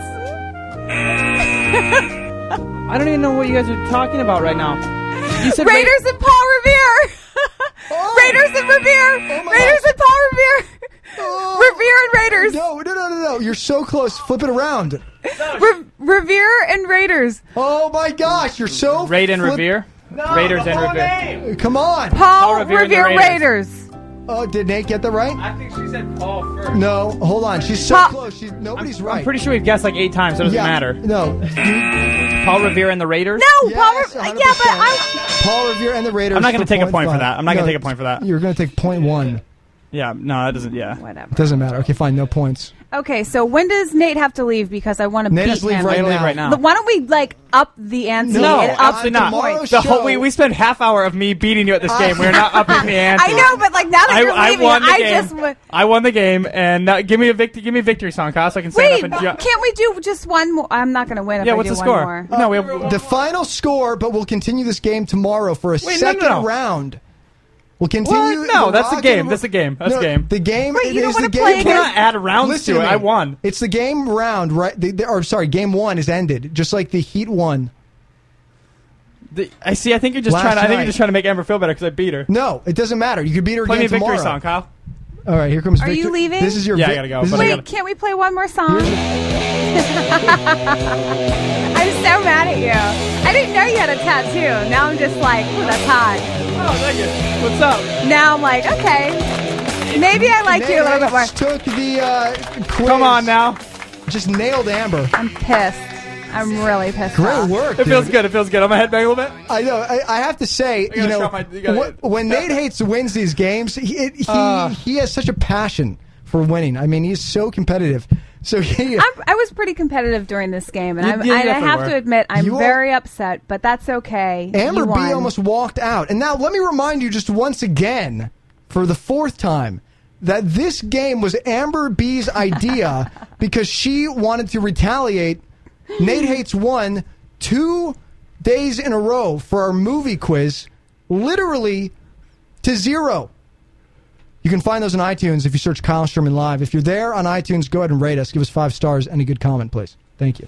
C: I don't even know what you guys are talking about right now. You said Ra- Oh
B: Raiders in Paul Revere. Raiders in Revere. Raiders in Paul Revere. Revere and Raiders.
A: Oh, No, no, no, no, no. You're so close. Flip it around.
B: Re- Revere and Raiders.
A: Oh my gosh, you're so.
C: Raid and Revere. Raiders and Revere.
A: Come on.
B: Paul,
C: Revere and the
B: Revere Raiders.
C: Raiders.
A: Oh, did Nate get that right?
E: I think she said Paul first.
A: No, hold on. She's so
C: Paul-
A: close. She's, nobody's right.
C: I'm pretty sure we've guessed like eight times. So it doesn't
A: Yeah,
C: matter.
A: No.
C: Paul Revere and the Raiders.
B: No, Paul.
A: Yes,
B: Re-
A: 100%.
B: yeah, but I'm.
A: Paul Revere and the Raiders.
C: I'm not
A: going
C: gonna
A: to
C: take a point for that. I'm not gonna take a point for that.
A: You're going to take point one.
C: Yeah. No, that doesn't. Yeah.
B: Whatever.
A: Doesn't matter. Okay, fine. No points.
B: Okay, so when does Nate have to leave? Because I want to
A: Nate
B: beat
A: has to leave
B: him.
A: right
C: Literally
A: now.
C: right now.
B: But Why don't we like up the ante?
C: No,
B: and up
C: absolutely
B: the
C: not.
B: point?
A: show-
C: The whole we we spent half hour of me beating you at this game. We're not upping the ante.
B: Uh, I know, but like now that
C: I,
B: you're
C: I
B: leaving,
C: won the
B: I
C: game.
B: just wa-
C: I won the game, and now give me a victory. Give me a victory song, Kyle, so I can stand
B: wait.
C: up and ju-
B: Can't we do just one more? I'm not going to win. If
C: Yeah,
B: I
C: what's
B: do
C: the
B: one
C: score? Oh,
B: more.
C: No, we
B: Oh.
C: have
A: The final score, but we'll continue this game tomorrow for a
C: no,
A: second
C: no, no.
A: round. We'll continue.
C: What? No,
A: the
C: that's a
A: rock
C: game.
A: and-
C: That's a game. That's
A: no,
C: a game.
A: The game
B: Wait, you don't
A: is
B: wanna
A: the
B: play
A: game.
B: again?
C: You cannot add rounds
A: Listen
C: to it.
A: me.
C: I won.
A: It's the game round, right? The, the, or sorry, game one is ended, just like the Heat one.
C: The- I see. I think you're just
A: Last
C: trying. To, I think
A: night.
C: you're just trying to make Amber feel better because I beat her.
A: No, it doesn't matter. You could beat her
C: Play me a
A: again
C: victory
A: tomorrow.
C: song, Kyle.
A: All right, here comes.
B: Are you
A: victory.
B: leaving?
A: This is your.
C: Yeah, I
A: vic-
C: gotta go,
A: This is
C: but I
A: your-
C: gotta-
B: Wait, can't we play one more song? I'm
A: Here's
B: so mad at you. I didn't know you had a tattoo. Now I'm just like, ooh, that's hot.
C: Oh, thank you. What's up?
B: Now I'm like, okay, maybe I like you a little bit more.
A: Nate Took the uh, quiz.
C: Come on now.
A: Just nailed Amber.
B: I'm pissed. I'm really pissed.
A: Great
B: off.
A: work.
C: It feels
A: dude.
C: good. It feels good. I'm gonna head back a little bit.
A: I know. I, I have to say,
C: gotta
A: you know,
C: shut my- you gotta-
A: wh- when Nate hates wins these games, he it, he,
C: Uh.
A: he has such a passion for winning. I mean, he's so competitive. So he,
B: I'm, I was pretty competitive during this game, and
C: You-
B: I'm,
C: you
B: and I
C: definitely
B: have
C: were.
B: to admit I'm
A: You all-
B: very upset, but that's okay.
A: Amber
B: You
A: B
B: won.
A: almost walked out. And now let me remind you just once again, for the fourth time, that this game was Amber B's idea because she wanted to retaliate. Nate Hates won two days in a row for our movie quiz, literally to zero. You can find those on iTunes if you search Kyle Sherman Live. If you're there on iTunes, go ahead and rate us. Give us five stars and a good comment, please. Thank you.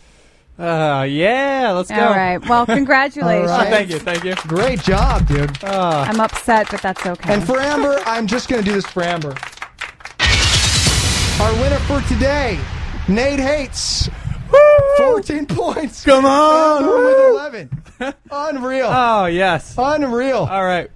C: Uh, yeah. Let's go.
B: All right. Well, congratulations.
A: All right.
C: Thank you. Thank you.
A: Great job, dude.
B: I'm upset, but that's okay.
A: And for Amber, I'm just going to do this for Amber. Our winner for today, Nate Hates. 14 points.
C: Come on.
A: Amber with 11. Unreal.
C: Oh yes.
A: Unreal.
C: All right.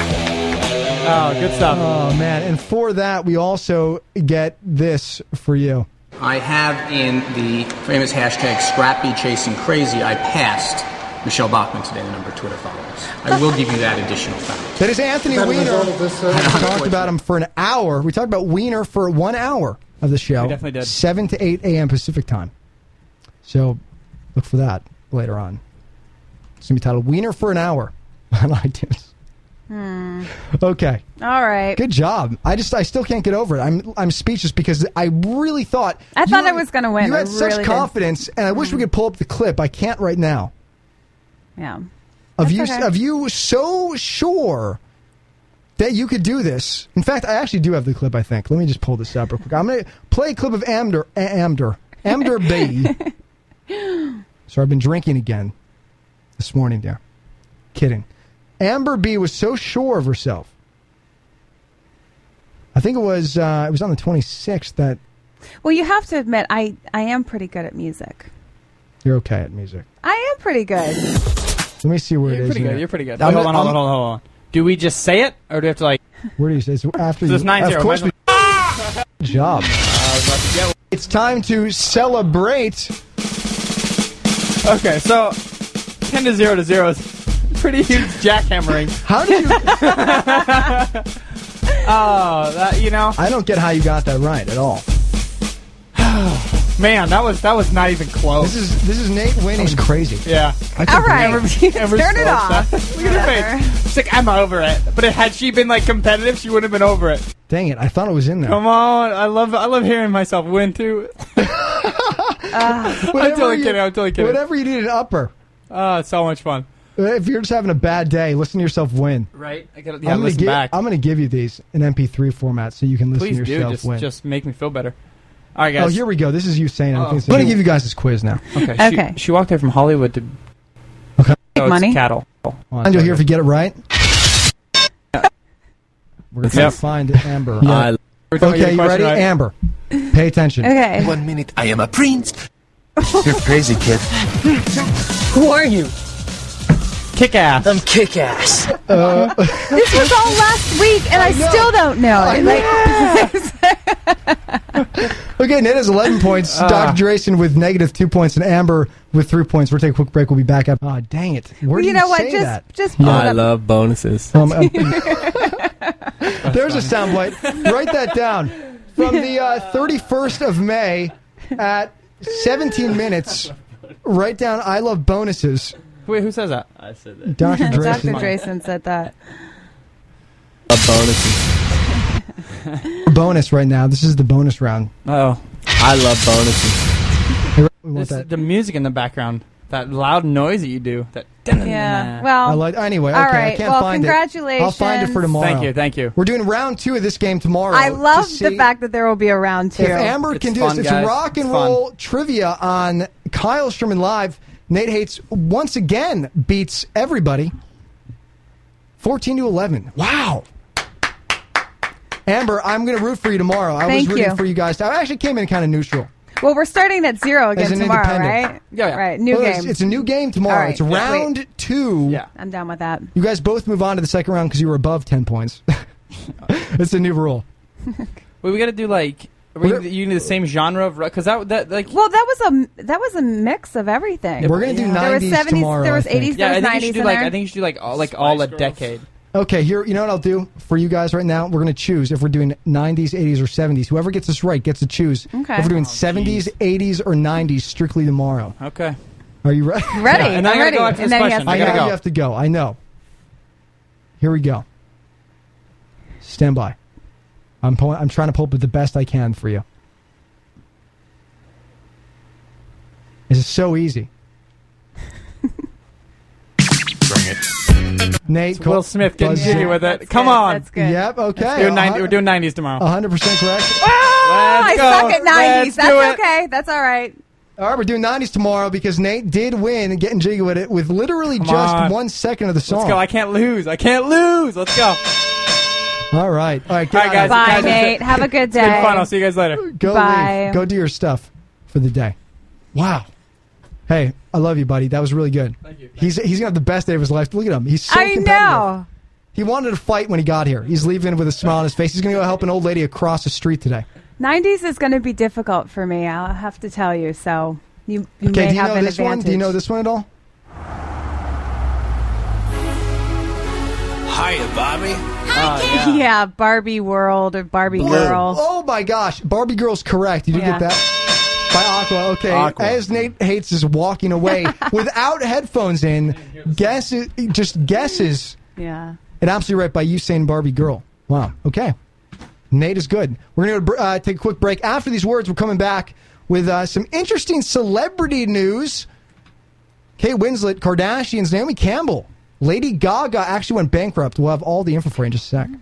C: oh, good stuff.
A: Oh, man. And for that, we also get this for you.
N: I have in the famous hashtag Scrappy Chasing Crazy, I passed Michelle Bachman today, the number of Twitter followers. I will give you that additional fact.
A: That is Anthony
N: Is that a
A: Weiner.
N: result of this, uh,
A: we talked about him for an hour. We talked about Weiner for one hour of the show.
C: We definitely did.
A: 7 to 8 a.m. Pacific time. So look for that later on. It's going to be titled Weiner for an Hour on iTunes.
B: Hmm.
A: Okay.
B: All right.
A: Good job. I just I still can't get over it. I'm I'm speechless because I really thought
B: I
A: you
B: thought I
A: were-
B: was gonna win.
A: You
B: I
A: had such
B: really did. Hmm.
A: confidence, and I wish we could pull up the clip. I can't right now.
B: Yeah.
A: Of
B: That's
A: you
B: okay.
A: of you so sure that you could do this. In fact, I actually do have the clip. I think. Let me just pull this up real quick. I'm gonna play a clip of Amder A- Amder Amder B. So I've been drinking again this morning. There, kidding. Amber B was so sure of herself. I think it was uh, it was on the 26th that
B: Well, you have to admit, I I am pretty good at music.
A: you're okay at music.
B: I am pretty good.
A: Let me see where it is.
C: Pretty
A: here.
C: good. You're pretty good.
A: I'm
C: Wait, hold on,
A: gonna-
C: hold on,
A: I'm-
C: hold on, hold on. Do we just say it, or do we have to like?
A: Where do you say it's after
C: So
A: you?
C: it's 9-0.
A: Of course,
C: Might
A: we, Good job. It's time to celebrate.
C: Okay, so ten to zero to zero is pretty huge jackhammering.
A: How did you?
C: oh, that you know,
A: I don't get how you got that right at all.
C: man, that was that was not even close.
A: This is this is Nate winning. That was crazy.
C: Yeah.
A: I can't believe it.
B: turn it off.
C: Look at her face. She's like, I'm over it. But had she been like competitive, she would have been over it.
A: Dang it! I thought it was in there.
C: Come on, I love I love hearing myself win too. I'm totally
A: you-
C: kidding. I'm totally kidding.
A: Whatever you need an upper.
C: Oh, it's so much fun.
A: If you're just having a bad day, listen to yourself win.
C: Right? I gotta, yeah,
A: I'm gonna
C: listen
A: gi-
C: back.
A: I'm going to give you these in MP3 format so you can listen
C: Please
A: to
C: do.
A: yourself
C: Just,
A: win.
C: just make me feel better. All right, guys.
A: oh, here we go. This is you saying. it. I
C: Oh.
A: think so. I'm going to give you guys this quiz now.
C: Okay. She,
B: Okay.
C: she walked here from Hollywood to.
A: Okay.
C: No, it's
B: Money?
C: cattle.
A: And you'll hear if you get it right. We're going to
M: Yep.
A: find Amber.
M: Yeah. I- Every time I get a
A: okay, you
M: question
A: ready?
M: right-
A: Amber, pay attention.
B: Okay.
M: One minute, I am a prince. You're crazy, kid.
O: Who are you?
C: Kick ass.
A: Um,
O: I'm kick ass.
B: This was all last week, and I, still don't know.
A: I
B: Like,
A: Okay, Nate has 11 points. Dr. Drayson with negative two points, and Amber with three points. We'll take a quick break. We'll be back up. Oh, dang it. Where do
B: you
A: you
B: know what?
A: say
B: Just
A: that?
B: just pull it
M: I
B: up.
M: love bonuses.
A: Um, um, there's a soundbite. Write that down. From the uh, 31st of May at 17 minutes, write down I love bonuses.
C: Wait, who says that? I said that.
A: Dr.
B: Dr.
A: Drayson.
B: Drayson said that.
M: A bonuses.
A: Bonus right now. This is the bonus round.
C: Oh,
M: I love bonuses.
A: We want
C: this,
A: that.
C: the music in the background, that loud noise that you do. That
B: Yeah. Well.
A: I like, anyway, okay,
B: all
A: I
B: right.
A: can't
B: well,
A: find
B: congratulations.
A: it. I'll find it for tomorrow.
C: Thank you, thank you.
A: We're doing round two of this game tomorrow.
B: I
A: to
B: love the
A: see-
B: fact that there will be a round two.
A: If Amber
C: It's
A: can do
C: fun,
A: this,
C: guys.
A: it's rock and
C: It's fun.
A: roll trivia on Kyle Sherman Live. Nate Hates once again beats everybody 14 to 11. Wow. Amber, I'm going to root for you tomorrow. I
B: Thank
A: was rooting
B: you.
A: for you guys. I actually came in kind of neutral.
B: Well, we're starting at zero
A: As
B: again
A: an
B: tomorrow,
A: independent.
B: right?
C: Yeah, yeah.
B: Right. New
A: Oh,
B: game.
A: It's, it's a new game tomorrow.
B: All right.
A: It's round two.
C: Yeah.
B: I'm down with that.
A: You guys both move on to the second round because you were above 10 points. it's a new rule.
C: Wait, we got to do like. Are we,
A: We're-
C: you need the same genre of because that that like
B: Well, that was a that was a mix of everything.
A: We're going to do
B: There was
A: 90s
B: 70s,
A: tomorrow.
B: there was
A: I think.
B: 80s,
C: yeah.
B: there
C: I
B: was
C: think
B: 90s
C: you should do
B: in
C: like
B: there.
C: I think you should do like all, like all a
E: Girls.
C: decade.
A: Okay, here. You know what I'll do for you guys right now? We're going to choose if we're doing 90s, 80s, or 70s. Whoever gets this right gets to choose.
B: Okay.
A: If we're doing 70s, 80s, or 90s, strictly tomorrow.
C: Okay.
A: Are you ready?
B: ready?
C: Yeah, and I
B: I'm
C: gotta
B: ready.
C: go after
B: and
C: this
B: then he
C: question.
B: has
A: I
C: gotta
A: know
C: go.
A: you have to go. I know. Here we go. Stand by. I'm pulling, I'm trying to pull up the best I can for you. This is so easy. Bring it. Nate,
C: Will Smith getting
A: buzz
C: jiggy
A: in.
C: with it.
B: That's
C: Come
B: good,
C: on.
B: That's good.
A: Yep. Okay.
C: We're doing, 90, we're doing 90s tomorrow.
A: 100 percent correct.
B: Ah, I
C: Let's
B: suck
C: go.
B: at 90s.
C: Let's
B: That's
C: do it.
B: okay. That's all right.
A: All right, we're doing 90s tomorrow because Nate did win and getting jiggy with it with literally
C: Come
A: just
C: on.
A: one second of the song.
C: Let's go. I can't lose. I can't lose. Let's go.
A: All right. All right, get
C: All right,
A: out
C: guys.
A: of
B: Bye,
C: that's it.
B: Nate. Have a good day.
C: It's been fun. I'll see you guys later.
A: here. Go
B: Bye.
A: leave. Go do your stuff for the day. Wow. Hey, I love you, buddy. That was really good. Thank you. He's he's gonna have the best day of his life. Look at him. He's so
B: I
A: competitive.
B: know.
A: He wanted to fight when he got here. He's leaving with a smile on his face. He's gonna go help an old lady across the street today.
B: 90s is going to be difficult for me. I'll have to tell you. So you, you
A: Okay,
B: may
A: do you
B: have
A: know
B: an
A: this
B: advantage.
A: one? Do you know this one at all?
P: Hiya, Bobby.
B: yeah. Barbie World or Barbie Girl.
A: Oh my gosh, Barbie Girl's correct. You did
B: Yeah.
A: get that by Aqua. Okay, as Nate hates is walking away without headphones in, guesses just guesses
B: Yeah.
A: And absolutely right by Usain Barbie Girl. Wow. Okay. Nate is good. We're going to uh, take a quick break. After these words, we're coming back with uh, some interesting celebrity news. Kate Winslet, Kardashians, Naomi Campbell, Lady Gaga actually went bankrupt. We'll have all the info for you in just a sec.